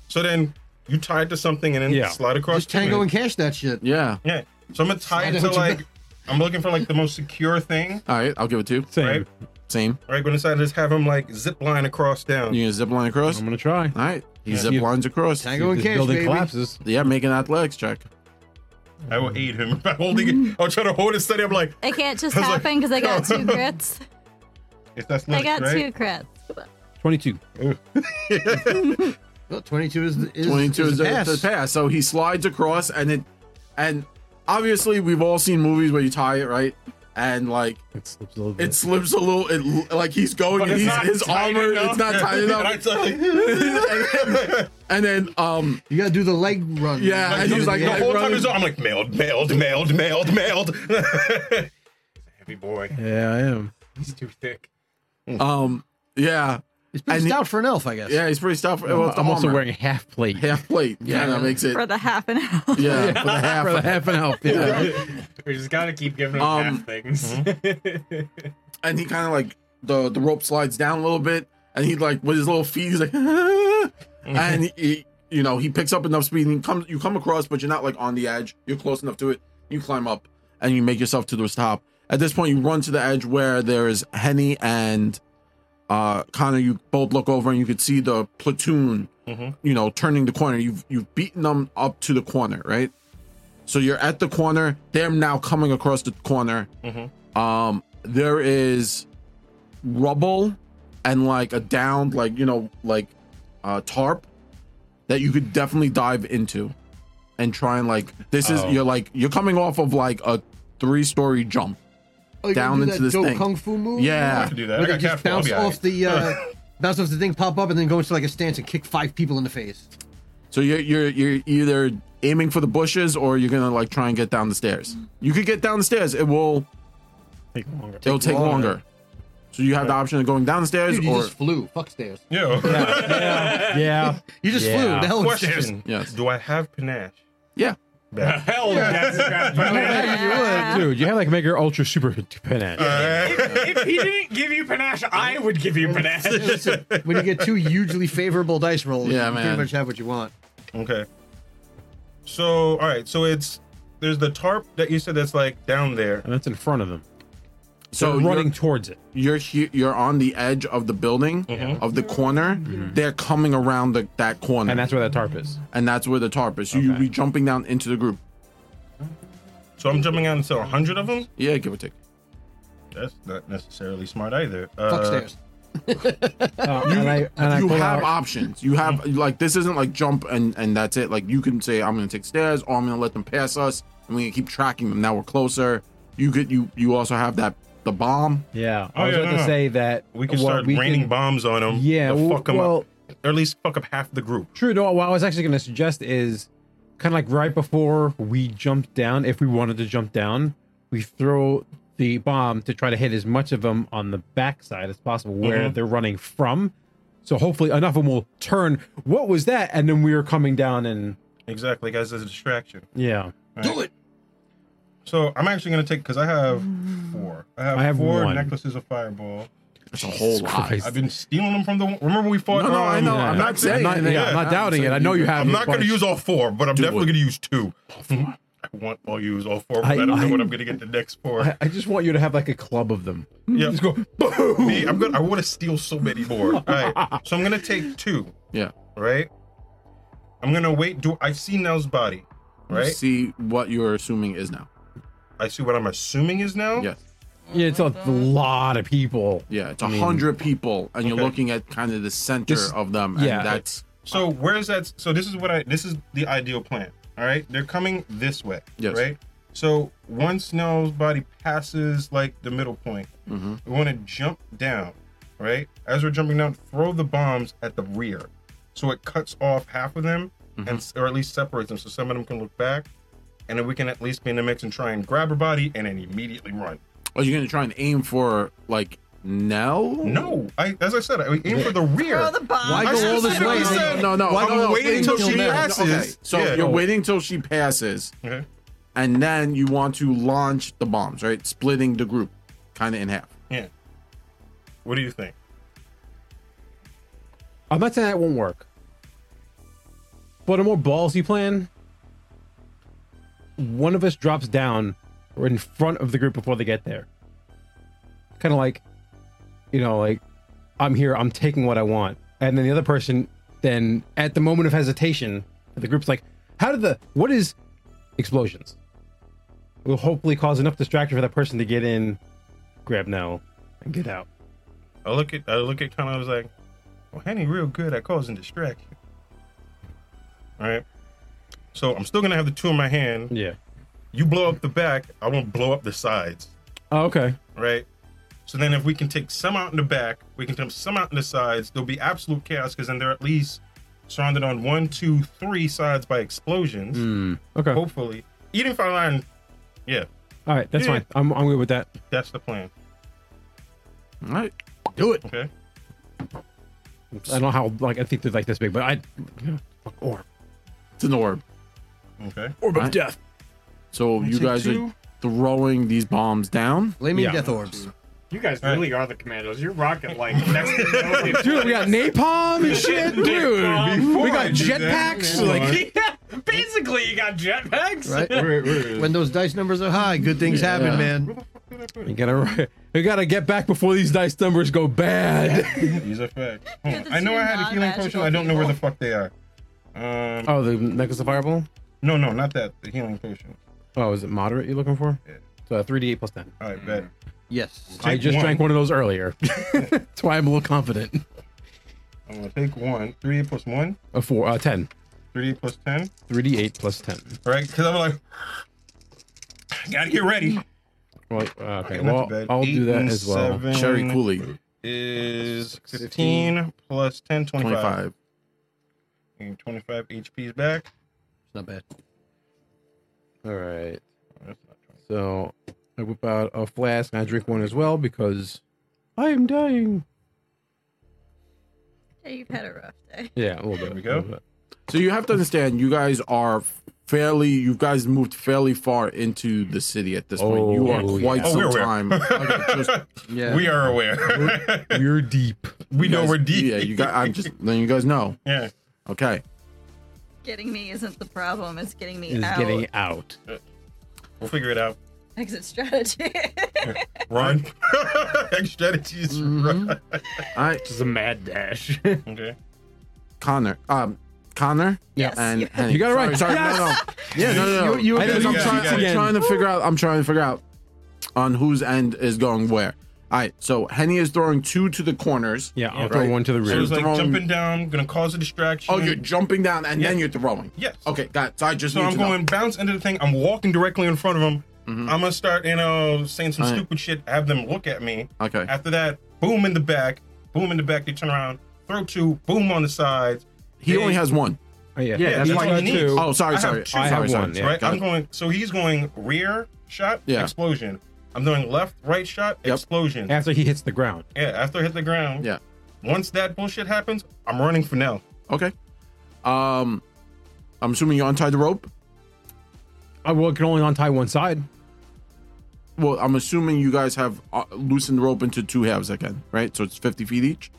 S4: so then you tie it to something and then
S6: Yeah.
S4: slide across.
S2: Just
S4: to it.
S2: tango and cash that shit.
S1: Yeah.
S4: Yeah, so I'm gonna
S2: Slide
S4: tie it
S2: it
S4: to
S2: with your
S4: like, I'm looking for like the most secure thing.
S1: All right, I'll give it to you.
S6: Same.
S4: Right.
S1: Same.
S4: Right, but instead just have him like zip line across down.
S1: You gonna zip line across?
S6: I'm
S1: All
S6: gonna try.
S1: right. He
S6: Yeah.
S1: zip lines across.
S2: Tango
S6: If
S2: and
S6: this
S2: cash,
S6: building
S2: baby.
S6: collapses.
S1: Yeah, make an athletics check.
S4: I will aid him by holding
S1: Mm-hmm.
S4: it. I'll try to hold it steady. I'm like,
S5: It can't just
S4: I was like-
S5: happen because I got two crits.
S4: if that's
S5: I
S4: not
S5: got
S4: right.
S5: two crits.
S6: Twenty-two.
S2: Well, Twenty-two is, the- is
S1: 22 is
S2: the
S1: the pass. pass. So he slides across and it and obviously we've all seen movies where you tie it, right? And like
S6: It slips a little bit.
S1: it slips a little it like he's going
S3: But
S1: and
S3: it's
S1: he's,
S3: not
S1: his
S3: tight
S1: armor it's
S3: enough.
S1: not tight
S4: And I
S1: enough.
S4: tell you,
S1: and then um
S2: You gotta do the leg run.
S1: Yeah, and he's like,
S4: the
S1: Yeah,
S4: whole time
S1: brother.
S4: he's on, I'm like, mailed, mailed, mailed, mailed, mailed.
S3: Heavy boy.
S6: yeah, I am.
S3: He's too thick.
S1: um yeah.
S2: it's pretty
S1: and he-
S2: stout for an elf, I guess.
S1: Yeah, he's pretty tough. Well, it's the
S6: I'm also
S1: armor.
S6: wearing a half plate.
S1: half plate. Yeah, that makes it
S5: For the half an hour.
S1: yeah, for the half
S6: For the half an elf. Yeah.
S3: We just gotta keep giving him
S1: Um,
S3: half things.
S4: hmm.
S1: and he kind of like the the rope slides down a little bit, and he like with his little feet, he's like, "Ah," and he, he- you know he picks up enough speed and he comes. You come across, but you're not like on the edge. You're close enough to it. You climb up and you make yourself to the top. At this point, you run to the edge where there is Henny and uh Connor. You both look over and you could see the platoon.
S4: Mhm.
S1: You know, turning the corner. You've you've beaten them up to the corner, right? So you're at the corner. They're now coming across the corner. Um, there is rubble and like a downed, like you know, like uh, tarp that you could definitely dive into and try and like this is
S6: Oh.
S1: you're like you're coming off of like a three story jump.
S2: Oh, you
S1: down
S2: gotta do
S1: into
S2: that
S1: this
S2: dope
S1: thing.
S2: kung fu move.
S4: I
S1: Yeah,
S4: can do that.
S2: Where
S4: I
S2: they
S4: got
S2: just
S4: cat food. I'll
S2: bounce
S4: be all
S2: off
S4: right.
S2: the uh, bounce off the thing, pop up, and then go into like a stance and kick five people in the face.
S1: so you're you're you're either aiming for the bushes or you're gonna like try and get down the stairs.
S2: Mm-hmm.
S1: You could get down the stairs. It will
S6: Take longer.
S1: it'll take
S2: longer.
S1: longer. So you have the option of going down the stairs
S2: Dude, you
S1: or
S2: just flew. Fuck stairs.
S4: Yeah.
S6: Yeah.
S2: You just
S6: Yeah.
S2: flew. The hell with stairs.
S4: Question.
S1: Yes.
S4: Do I have panache?
S1: yeah.
S4: Bet.
S3: Hell yes, Scrap Panache.
S6: Dude, you have like Mega Ultra Super Panache.
S3: If he didn't give you panache, I would give you panache.
S2: when you get two hugely favorable dice rolls,
S1: Yeah,
S2: you
S1: man.
S2: pretty much have what you want.
S4: Okay. So, all right. So it's there's the tarp that you said that's like down there.
S6: and that's in front of them.
S1: So
S6: So They're running
S1: running,
S6: towards it.
S1: you're he- you're on the edge of the building of the corner. They're coming around the, that corner,
S6: Mm-hmm. And that's where that tarp is.
S1: and that's where the tarp is. So you'll be jumping down into the group.
S4: So I'm jumping out into a hundred of them.
S1: Yeah, give or take.
S4: That's not necessarily smart either. Uh,
S2: Fuck stairs.
S6: Oh, and I, and
S1: you
S6: pull Mm-hmm.
S1: have
S6: out-
S1: options. You have like this isn't like jump and and that's it. Like you can say I'm gonna take stairs, or I'm gonna let them pass us, and we can keep tracking them. Now we're closer. You could you you also have that the bomb.
S6: yeah.
S4: Oh,
S6: I was
S4: yeah, no,
S6: about to
S4: no.
S6: say that
S4: We can
S6: well,
S4: start
S6: we
S4: raining
S6: can-
S4: bombs on them.
S6: Yeah,
S4: to
S6: well,
S4: fuck 'em
S6: well-
S4: up, or at least fuck up half the group.
S6: True. No, what I was actually going to suggest is kind of like right before we jump down, if we wanted to jump down, we throw the bomb to try to hit as much of them on the backside as possible where
S4: Mhm.
S6: they're running from. So hopefully enough of them will turn. What was that? And then we are coming down and
S4: Exactly, guys. As a distraction.
S6: yeah.
S4: Do it. So I'm actually gonna take because I have four. I have,
S6: I have
S4: four
S6: one.
S4: necklaces of fireball.
S1: It's a whole lot.
S4: I've been stealing them from the. Remember we fought.
S1: No, no, I
S4: um,
S1: know.
S6: yeah.
S1: I'm not
S6: I'm
S1: saying.
S6: not,
S1: anything.
S6: yeah, I'm not doubting it. I know you have.
S4: I'm
S6: a
S4: not going to
S6: bunch.
S4: use all four, but I'm
S1: Do
S4: definitely
S1: it.
S4: going to use two. I want I'll use all four, but I,
S6: I-
S4: don't know
S6: I-
S4: what I'm going to get the next four.
S6: I, I just want you to have like a club of them.
S4: Yeah.
S6: Just go.
S4: Me, I'm gonna. I want to steal so many more. All right, so I'm going to take two.
S1: Yeah.
S4: Right. I'm going to wait. Do I see Nell's body? Right.
S1: See what you're assuming is now.
S4: I see what I'm assuming is now.
S1: Yes.
S6: Yeah, it's a lot of people.
S1: Yeah, it's a
S6: I mean-
S1: hundred people, and you're
S4: Okay.
S1: looking at kind of the center
S6: This-
S1: of them. And
S6: yeah.
S1: that's
S4: So where's that? So this is what I. This is the ideal plan. All right, they're coming this way.
S1: Yes.
S4: Right. So once Nell's body passes like the middle point,
S1: Mhm.
S4: we want to jump down. Right. As we're jumping down, throw the bombs at the rear, so it cuts off half of them,
S1: Mm-hmm.
S4: and s- or at least separates them, so some of them can look back, and then we can at least be in the mix and try and grab her body and then immediately run.
S1: are you going to try and aim for like Nell?
S4: No, I as I said, I aim for the rear.
S5: Throw the bomb.
S2: Why
S4: I
S2: go all this
S4: specifically
S2: way?
S4: said-
S1: No, no,
S4: I'm
S1: no, no,
S4: waiting
S1: wait
S4: till she
S1: Nell-
S4: passes.
S1: So
S4: Yeah.
S1: you're waiting till she passes,
S4: Okay.
S1: and then you want to launch the bombs, right? Splitting the group, kind of in half.
S4: Yeah. What do you think?
S6: I'm not saying that won't work, but a more ballsy plan. One of us drops down or in front of the group before they get there. Kind of like, you know, like I'm here, I'm taking what I want, and then the other person, then at the moment of hesitation, the group's like, "How did the what is explosions?" Will hopefully cause enough distraction for that person to get in, grab now, and get out.
S4: I look at I look at kind of I was like, well, Henny real good at causing distraction. All right. So I'm still gonna have the two in my hand.
S6: Yeah.
S4: You blow up the back, I won't blow up the sides.
S6: Oh, okay.
S4: Right. So then if we can take some out in the back, we can take some out in the sides. There'll be absolute chaos because then they're at least surrounded on one, two, three sides by explosions.
S6: Okay.
S4: Hopefully, eating fire line. Yeah,
S6: All right, that's
S4: Yeah.
S6: fine. I'm, I'm good with that.
S4: that's the plan.
S1: All right.
S4: Okay.
S6: I don't know how like I think they're like this big, but I
S1: It's an orb.
S4: Okay.
S6: orb
S1: of
S6: death.
S1: So you
S4: take
S1: guys
S4: two.
S1: are throwing these bombs down.
S2: Flaming
S6: Yeah.
S2: death orbs.
S3: You guys really are the commandos. You're rocket like next to nobody.
S6: Dude, we got napalm and shit, dude.
S3: Um,
S6: we
S4: I
S6: got
S4: do that,
S6: jetpacks.
S4: man,
S6: Like,
S3: yeah, basically, you got jetpacks.
S2: Right?
S7: Where- where-
S2: when those dice numbers are high, good things happen, man.
S6: you gotta, you gotta get back before these dice numbers go bad.
S4: These are facts. Hold on.
S5: Because
S4: I know I
S5: it's
S4: had a healing
S5: non-magical
S4: potion. I don't know where the fuck they are. Um,
S6: oh, the necklace of fireball.
S4: no, no, not that. The healing potion.
S6: Oh, is it moderate you're looking for?
S4: Yeah.
S6: So three d eight plus ten.
S4: All right, bet.
S2: Yes.
S6: Mm. I
S4: Take
S6: just
S4: one.
S6: drank one of those earlier. That's why I'm a little confident.
S4: I'm gonna take one. Three plus one.
S6: A four, uh, ten.
S4: Three plus ten.
S6: Three d eight plus ten.
S4: All right, because I'm like, gotta get ready.
S6: Well, uh, okay.
S4: Not
S6: Well,
S4: too bad.
S6: I'll do
S4: Eight
S6: that
S4: and
S6: as well.
S4: seven
S1: Cherry Cooley,
S4: is 15 plus 10, 25. 25,
S1: twenty-five.
S4: and 25 HP's back.
S2: It's not bad.
S6: All right.
S4: Oh, that's not 25.
S6: So I whip out a flask and I drink one as well because I am dying.
S5: Hey, You've had a rough day.
S6: Yeah, a little bit.
S4: There we go.
S6: a little bit.
S1: So you have to understand, you guys are fairly, you guys moved fairly far into the city at this point. You are
S6: Oh, yeah.
S1: quite
S4: Oh,
S1: some
S4: we're aware.
S1: time. Okay, just-
S6: Yeah.
S4: We are aware.
S6: We're deep.
S4: we know
S1: guys-
S4: we're deep.
S1: Yeah, you guys. I'm just letting you guys know.
S4: Yeah.
S1: Okay.
S5: Getting me isn't the problem. It's getting me
S6: Is
S5: out.
S6: getting out.
S4: We'll figure it out.
S5: Exit strategy.
S4: Run. Strategies.
S6: Mm-hmm.
S4: Run.
S1: All right,
S3: This is a mad dash.
S4: Okay.
S1: Connor. Um, Connor.
S5: Yes.
S1: And
S5: Yes.
S1: Henny.
S6: You got it right.
S1: Sorry, sorry, no, no. Yeah, no, no, no.
S2: You- you-
S1: I think
S4: you
S1: I'm
S4: got it,
S1: trying,
S4: you got
S1: I'm
S6: it.
S1: trying to figure out. I'm trying to figure out on whose end is going where. All right. So Henny is throwing two to the corners.
S6: Yeah, I'll
S1: Right.
S6: throw one to the
S4: So
S6: rear.
S4: it's like
S1: throwing-
S4: jumping down, gonna cause a distraction.
S1: Oh, you're jumping down and then
S4: Yeah.
S1: you're throwing.
S4: Yes.
S1: Okay, got it. So I just
S4: So
S1: need
S4: I'm
S1: to
S4: going
S1: know.
S4: bounce into the thing. I'm walking directly in front of them. I'm gonna start, you know, saying some
S1: Mm-hmm. All right.
S4: stupid shit. Have them look at me.
S1: Okay.
S4: After that, boom in the back, boom in the back. They turn around, throw two, boom on the sides.
S1: He only has one.
S6: Oh, yeah.
S3: Yeah, that's
S6: He's
S3: why
S4: you
S6: got
S4: need-
S6: two.
S1: Oh, sorry,
S4: I have
S1: sorry.
S4: two.
S1: sorry,
S6: I have
S1: sorry,
S6: one, yeah.
S1: sorry.
S4: right.
S1: Got
S4: I'm
S1: it.
S4: going. So he's going rear shot,
S1: Yeah.
S4: explosion. I'm doing left, right shot,
S1: Yep.
S4: explosion.
S6: After he hits the ground.
S4: yeah. After I hit the ground.
S1: Yeah.
S4: Once that bullshit happens, I'm running for now.
S1: Okay. Um, I'm assuming you untied the rope.
S6: I will, Oh, can only untie one side.
S1: Well, I'm assuming you guys have uh, loosened the rope into two halves again, right? So it's 50 feet each.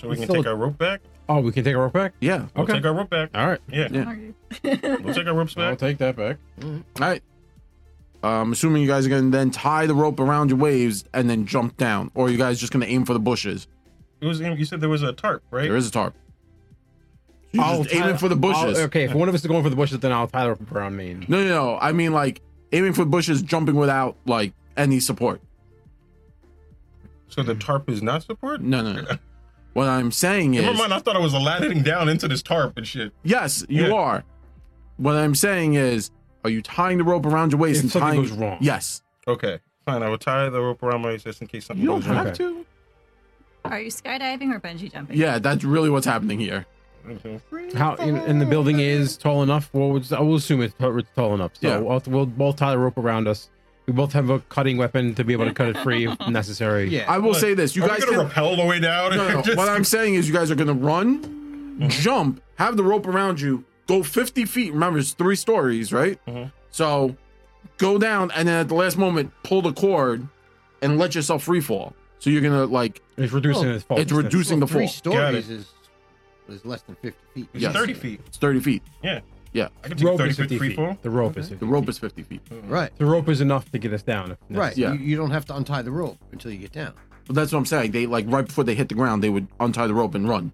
S4: So we can
S6: So-
S4: take our rope back.
S6: Oh, we can take a rope back?
S1: Yeah.
S4: We'll
S6: Okay.
S4: take our rope back.
S6: All right.
S4: Yeah.
S1: Yeah.
S4: We'll take our ropes back.
S6: take that back.
S1: All right. Uh, I'm assuming you guys are gonna then tie the rope around your waves and then jump down, or you guys just gonna aim for the bushes.
S4: It was. You said there was a tarp, right?
S1: There is a tarp. So you're just aiming for the bushes.
S6: I'll- okay, if one of us is going for the bushes, then I'll tie the rope around me. and-
S1: No, no, no. I mean like aiming for bushes, jumping without like any support.
S4: So the tarp is not support.
S1: No, no, no. what I'm saying is,
S4: Never mind. I thought I was a lad hitting down into this tarp and shit.
S1: yes, you
S4: Yeah.
S1: are. What I'm saying is, are you tying the rope around your waist
S6: If
S1: and
S6: something
S1: tying?
S6: goes wrong.
S1: Yes.
S4: Okay, fine. I will tie the rope around my waist just in case something
S1: You don't
S4: goes wrong.
S1: have to.
S5: Are you skydiving or bungee jumping?
S1: Yeah, that's really what's happening here.
S4: Okay.
S6: How and and the building is tall enough? Well, it's- I will assume it's t- it's tall enough. So
S1: Yeah.
S6: we'll, we'll both tie the rope around us. We both have a cutting weapon to be able to cut it free if necessary.
S2: Yeah.
S1: I will
S4: Look,
S1: say this: you
S4: Are
S1: guys
S4: we gonna
S1: can
S4: rappel the way down?
S1: No, no.
S4: Just-
S1: What I'm saying is, you guys are gonna run,
S4: Mm-hmm.
S1: jump, have the rope around you, go 50 feet. Remember, it's three stories, right?
S4: Mhm.
S1: So go down, and then at the last moment, pull the cord and let yourself free fall. So you're gonna like
S6: It's reducing its
S4: Oh,
S6: fault.
S1: it's reducing the
S2: three
S1: fall.
S4: Got
S2: stories
S4: it.
S2: is is less than fifty feet.
S4: It's
S1: Yes.
S4: thirty feet.
S1: It's 30 feet.
S4: Yeah,
S1: Yeah,
S4: I can
S6: The
S4: take
S6: rope
S4: thirty
S6: is
S4: feet
S6: 50
S4: free
S6: feet.
S4: fall.
S6: The rope is 50
S1: the rope is 50 feet.
S4: Mm.
S2: Right.
S6: The rope is enough to get us down. if
S2: Right.
S6: necessary.
S1: Yeah.
S2: You, you don't have to untie the rope until you get down.
S1: But that's what I'm saying. They like right before they hit the ground, they would untie the rope and run,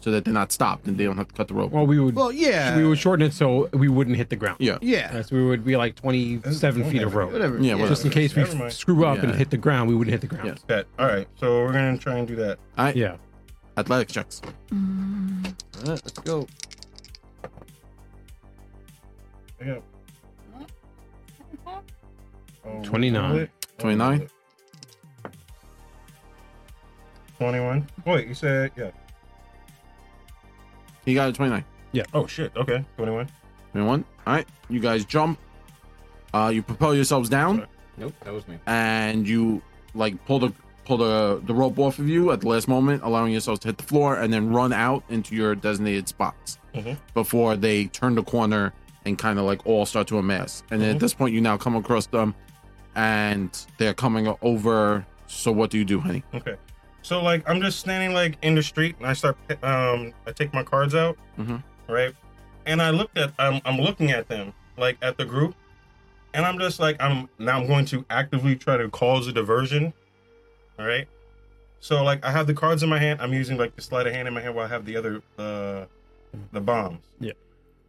S1: so that they're not stopped and they don't have to cut the rope.
S6: Well, we would.
S2: Well, yeah.
S6: we would shorten it so we wouldn't hit the ground.
S1: yeah,
S2: Yeah.
S6: Uh, so we would be like 27 feet of rope.
S2: Whatever.
S1: Yeah, whatever.
S6: Just in case we
S4: Never mind.
S6: screw up and
S1: Yeah.
S6: hit the ground, we wouldn't hit the ground.
S4: Bet. All right, so we're gonna try and do that.
S1: I,
S6: Yeah.
S1: Athletics checks.
S2: All right, let's go.
S4: I got- oh,
S6: 29.
S4: what?
S1: 29?
S4: Twenty-one. Wait, you said yeah.
S1: He got a 29.
S4: Oh shit. Okay, twenty-one.
S1: 21. All right. You guys jump. Uh, you propel yourselves down
S7: Nope, that was me.
S1: and you like pull the pull the, the rope off of you at the last moment, allowing yourselves to hit the floor and then run out into your designated spots
S4: Mhm.
S1: before they turn the corner and kind of like all start to amass. And then at this point, you now come across them and they're coming over. So what do you do, honey?
S4: Okay. So like I'm just standing like in the street and I start um I take my cards out,
S1: Mhm.
S4: right? And I looked at I'm I'm looking at them like at the group, and I'm just like I'm now I'm going to actively try to cause a diversion, all right? So like I have the cards in my hand. I'm using like the sleight of hand in my hand while I have the other uh the bombs.
S6: Yeah.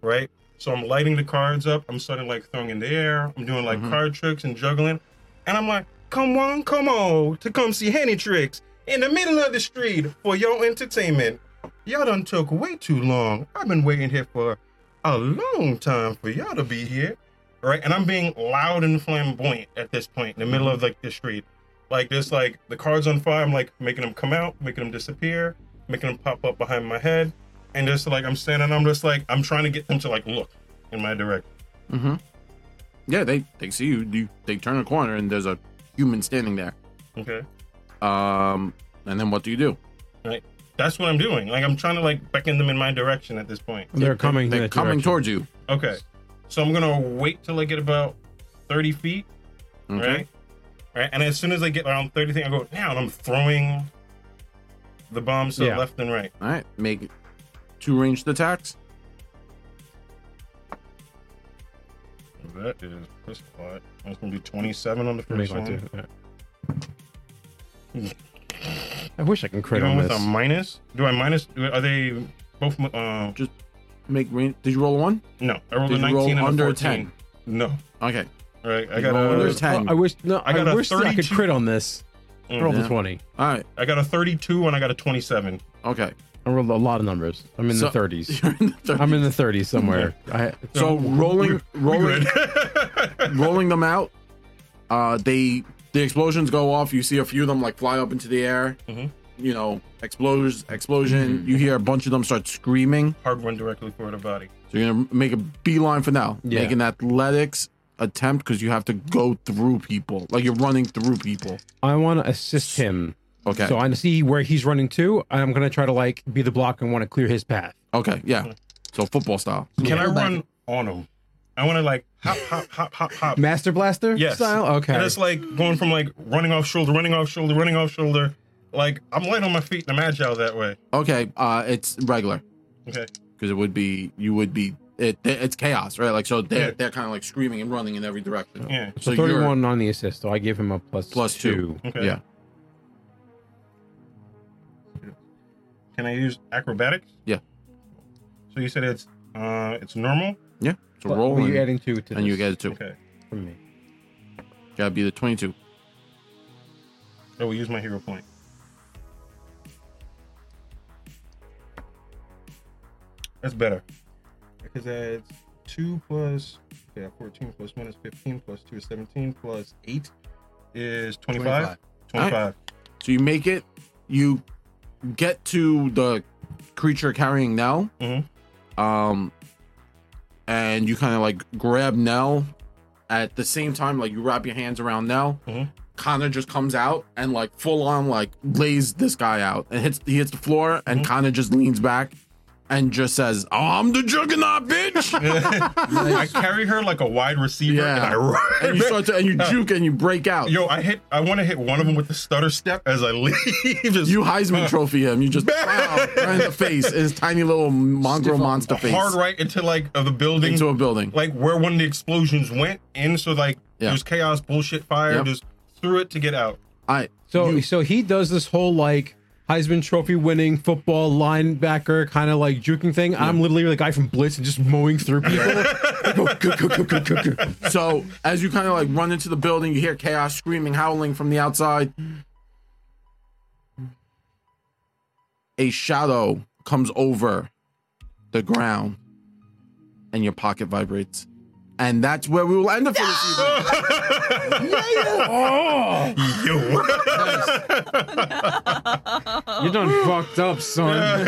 S4: Right. So I'm lighting the cards up. I'm starting like throwing in the air. I'm doing like
S1: Mhm.
S4: card tricks and juggling, and I'm like, come on, come on, to come see Henny tricks in the middle of the street for your entertainment. Y'all done took way too long. I've been waiting here for a long time for y'all to be here, right? And I'm being loud and flamboyant at this point in the middle of like the street, like this, like the cards on fire. I'm like making them come out, making them disappear, making them pop up behind my head, and just like I'm standing, I'm just like I'm trying to get them to like look in my direction.
S1: Mm-hmm. Yeah, they, they see you, you. They turn a corner and there's a human standing there.
S4: Okay.
S1: Um, and then what do you do?
S4: That's what I'm doing. Like I'm trying to like beckon them in my direction at this point.
S6: They're coming. in
S1: They're
S6: that
S1: coming
S6: direction.
S1: towards you.
S4: Okay. So I'm gonna wait till I get about 30 feet. Right? Right. And as soon as I get around 30 feet, I go, now and I'm throwing the bombs to the
S6: Yeah.
S4: left and right.
S1: All right, make two ranged attacks.
S4: That is piss pot. That's gonna be 27 on the
S6: Make
S4: first
S6: one,
S4: one.
S6: too. Yeah. I wish I can crit
S4: Even
S6: on
S4: with
S6: this.
S4: a minus? Do I minus do- are they both mi- uh
S1: Make range. Did you roll a one?
S4: no. I rolled
S1: Did
S4: a
S1: you
S4: 19
S1: roll
S4: and a
S1: under
S4: 14.
S1: 10?
S4: No.
S1: Okay.
S4: All right. I
S1: You
S4: got
S1: roll under
S4: a,
S1: 10.
S6: I wish no.
S4: I
S6: I,
S4: got a Mm-hmm.
S6: wish that I could
S4: 32.
S6: crit on this. I rolled
S1: Yeah.
S6: a twenty.
S1: All right.
S4: I got a 32 and I got a 27.
S1: Okay.
S6: I rolled a lot of numbers. I'm in
S1: So-
S6: the thirties.
S1: You're in the third.
S6: I'm in the thirties somewhere. I,
S1: so rolling, rolling,
S4: Good.
S1: rolling them out. Uh, they the explosions go off. You see a few of them like fly up into the air.
S4: Mhm.
S1: You know, explosion, explosion.
S4: Mm-hmm.
S1: You hear a bunch of them start screaming.
S4: Hard one directly for the body.
S1: So you're gonna make a beeline for now.
S6: Yeah.
S1: Make an athletics attempt because you have to go through people. Like you're running through people.
S6: I want to assist him.
S1: Okay.
S6: So I see where he's running to. and I'm gonna try to like be the block and want to clear his path.
S1: okay. Yeah. So football style.
S4: Can I run on him? I want to like hop, hop, hop, hop, hop.
S6: Master Blaster
S4: Yes.
S6: style. Okay.
S4: And it's like going from like running off shoulder, running off shoulder, running off shoulder. Like I'm light on my feet and I'm agile that way.
S1: Okay. Uh, it's regular.
S4: Okay.
S1: because it would be you would be it, it's chaos right like so they're
S4: Yeah.
S1: they're kind of like screaming and running in every direction
S4: Yeah.
S1: so
S6: so,
S1: you're-
S6: 31 on the assist. So I give him a plus
S1: Plus two.
S4: Okay.
S1: yeah
S4: Can I use acrobatics?
S1: Yeah.
S4: So you said it's uh it's normal.
S1: yeah so
S6: But
S1: roll
S6: were
S1: and,
S6: you adding two to
S1: and you
S6: this
S1: get a two
S4: Okay.
S6: from me.
S1: gotta be the 22
S4: I will use my hero point. That's better. Because that's two plus yeah, fourteen plus one is fifteen plus two is seventeen plus eight is twenty-five.
S1: 25. so you make it you get to the creature carrying Nell
S4: Mhm.
S1: um and you kind of like grab Nell at the same time like you wrap your hands around Nell
S4: Mhm.
S1: Connor just comes out and like full on like lays this guy out and hits he hits the floor
S4: Mm-hmm.
S1: and Connor just leans back and just says, oh, "I'm the juggernaut, bitch!"
S4: I carry her like a wide receiver. And I
S1: Yeah.
S4: run.
S1: and you start to and you juke and you break out.
S4: Yo, I hit. I want to hit one of them with the stutter step as I leave. Just
S1: you Heisman Trophy him. You just wow, right in the face in his tiny little mongrel monster face
S4: hard right into like of the building,
S1: into a building.
S4: like where one of the explosions went in. So like
S1: Yeah.
S4: there's chaos, bullshit, fire.
S1: Yep.
S4: Just threw it to get out.
S1: I
S6: So
S1: You-
S6: so he does this whole like Heisman Trophy winning football linebacker kind of like juking thing. I'm literally the guy from Blitz and just mowing through people.
S1: so as you kind of like run into the building, you hear chaos screaming, howling from the outside. A shadow comes over the ground, and your pocket vibrates, and that's where we will end it for this evening.
S4: Yo,
S3: You're done fucked up, son.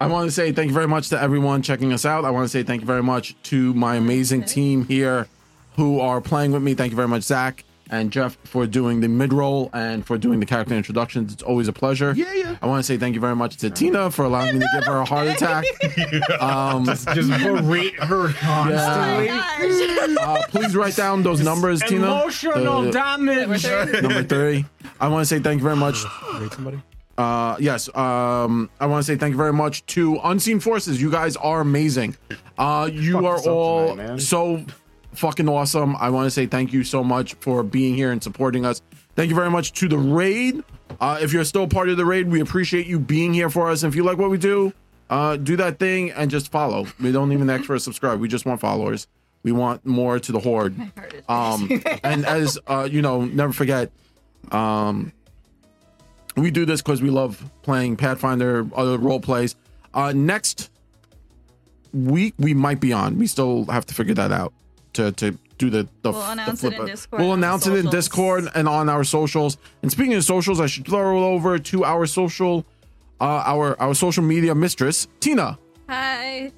S1: I want to say thank you very much to everyone checking us out. I want to say thank you very much to my amazing team here who are playing with me. Thank you very much, Zach and Jeff, for doing the mid roll and for doing the character introductions. It's always a pleasure. Yeah, yeah. I want to say thank you very much to Tina for allowing me to give her a heart attack. Um,
S3: Just berate her constantly.
S1: uh, please write down those numbers, Tina.
S3: Emotional
S1: The-
S3: damage.
S1: number three. I want to say thank you very much. Uh, yes. Um, I want to say thank you very much to Unseen Forces. You guys are amazing. Uh, you are
S7: up
S1: all
S7: tonight, man.
S1: so fucking awesome. I want to say thank you so much for being here and supporting us. Thank you very much to the raid. Uh, if you're still part of the raid, we appreciate you being here for us. And if you like what we do, uh, do that thing and just follow. We don't even ask for a subscribe. We just want followers. We want more to the horde. Um, and as uh, you know, never forget, um, we do this because we love playing Pathfinder, other role plays. Uh, next week we might be on. We still have to figure that out to to do the the.
S5: We'll
S1: the
S5: announce it
S1: flip
S5: in
S1: of-
S5: Discord
S1: We'll
S5: on the
S1: announce it in
S5: socials.
S1: Discord and on our socials. And speaking of socials, I should throw over to our social, uh, our our social media mistress Tina.
S5: Hi.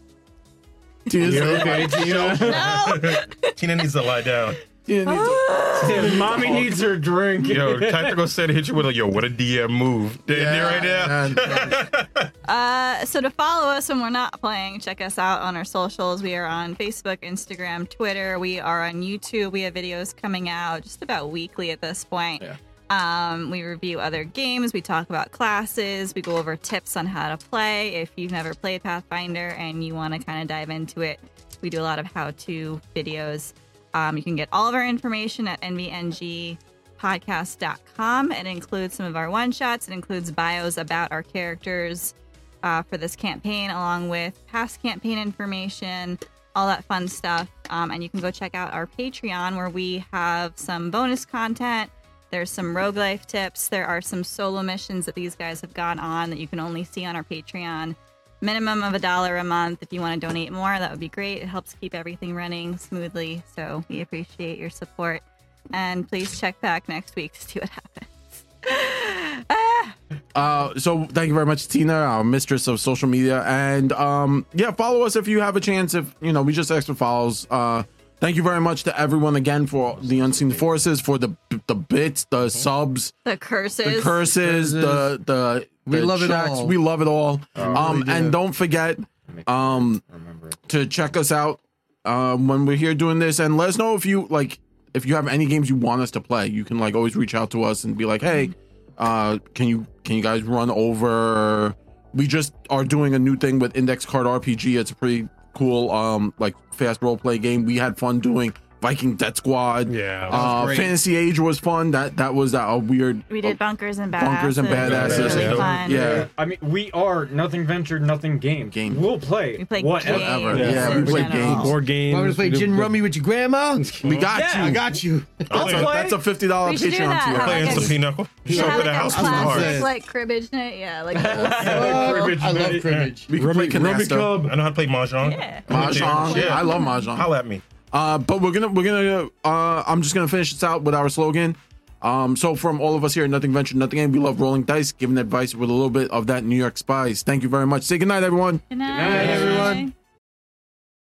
S1: Tina's
S3: Okay, Tina.
S5: No.
S4: Tina needs to lie down.
S1: Tina needs a-
S3: Mommy needs her drink.
S4: Yo, Tactical said hit you with a yo, what a DM move. Did
S1: Yeah,
S4: right
S5: Oh.
S4: there?
S1: man.
S5: Uh, so to follow us when we're not playing, check us out on our socials. We are on Facebook, Instagram, Twitter. We are on YouTube. We have videos coming out just about weekly at this point.
S1: Yeah.
S5: Um, we review other games. We talk about classes. We go over tips on how to play. If you've never played Pathfinder and you want to kind of dive into it, we do a lot of how-to videos. Um, you can get all of our information at NVNG podcast.com. It includes some of our one shots. It includes bios about our characters uh, for this campaign, along with past campaign information, all that fun stuff. Um, and you can go check out our Patreon where we have some bonus content. There's some roguelife tips. There are some solo missions that these guys have gone on that you can only see on our Patreon. Minimum of a dollar a month. If you want to donate more, that would be great. It helps keep everything running smoothly. So we appreciate your support. And please check back next week to see what happens.
S1: Uh, so thank you very much, Tina, our mistress of social media, and um, yeah, follow us if you have a chance. If you know, we just asked for follows. Uh, thank you very much to everyone again for the unseen forces, for the the bits, the subs,
S5: The curses.
S1: the curses, the the
S2: We
S1: the
S2: love it
S1: checks.
S2: all.
S1: We love it all. um,
S2: really do.
S1: and don't forget, um,
S7: Remember it.
S1: to check us out um, when we're here doing this and let us know if you like if you have any games you want us to play you can like always reach out to us and be like hey uh, can you can you guys run over we just are doing a new thing with index card rpg it's a pretty cool um like fast role play game we had fun doing viking death squad
S6: Yeah.
S1: uh, fantasy age was fun that that was uh, a weird
S5: We did bunkers and badasses.
S1: Bunkers and
S5: It was
S1: Badasses,
S5: Really
S4: yeah.
S5: fun.
S1: yeah
S3: I mean, we are nothing ventured, nothing game.
S1: Game.
S3: We'll play.
S5: We played
S3: whatever.
S5: games.
S1: Whatever. Yeah, we
S5: in
S1: played
S5: general.
S1: games.
S6: Board games.
S2: I'm gonna play
S6: we do-
S2: gin and rummy with your grandma.
S1: we got
S3: Yeah,
S1: you
S2: I got you.
S1: that's, a,
S3: play.
S1: that's a $50
S5: We should do that.
S1: patreon tier
S5: How
S4: Playing
S5: like
S4: some
S5: a-
S4: pinochle.
S5: Yeah,
S4: Show up
S5: like
S4: at the
S5: a
S4: house too
S5: classic,
S4: hard.
S5: like cribbage night. Yeah, like
S3: Cribbage
S2: I love
S3: night.
S2: cribbage.
S1: we can play
S6: Rummy, rummy
S1: Canasta.
S6: club.
S4: I know how to play mahjong.
S5: Yeah.
S1: Mahjong.
S4: Yeah.
S1: I love Mahjong.
S4: Holla at me.
S1: Uh, but we're gonna we're gonna uh, I'm just gonna finish this out with our slogan. Um, so from all of us here at Nothing Venture, Nothing Game, we love rolling dice, giving advice with a little bit of that New York spice. Thank you very much. Say goodnight, everyone.
S5: Good night,
S3: everyone.
S5: everyone.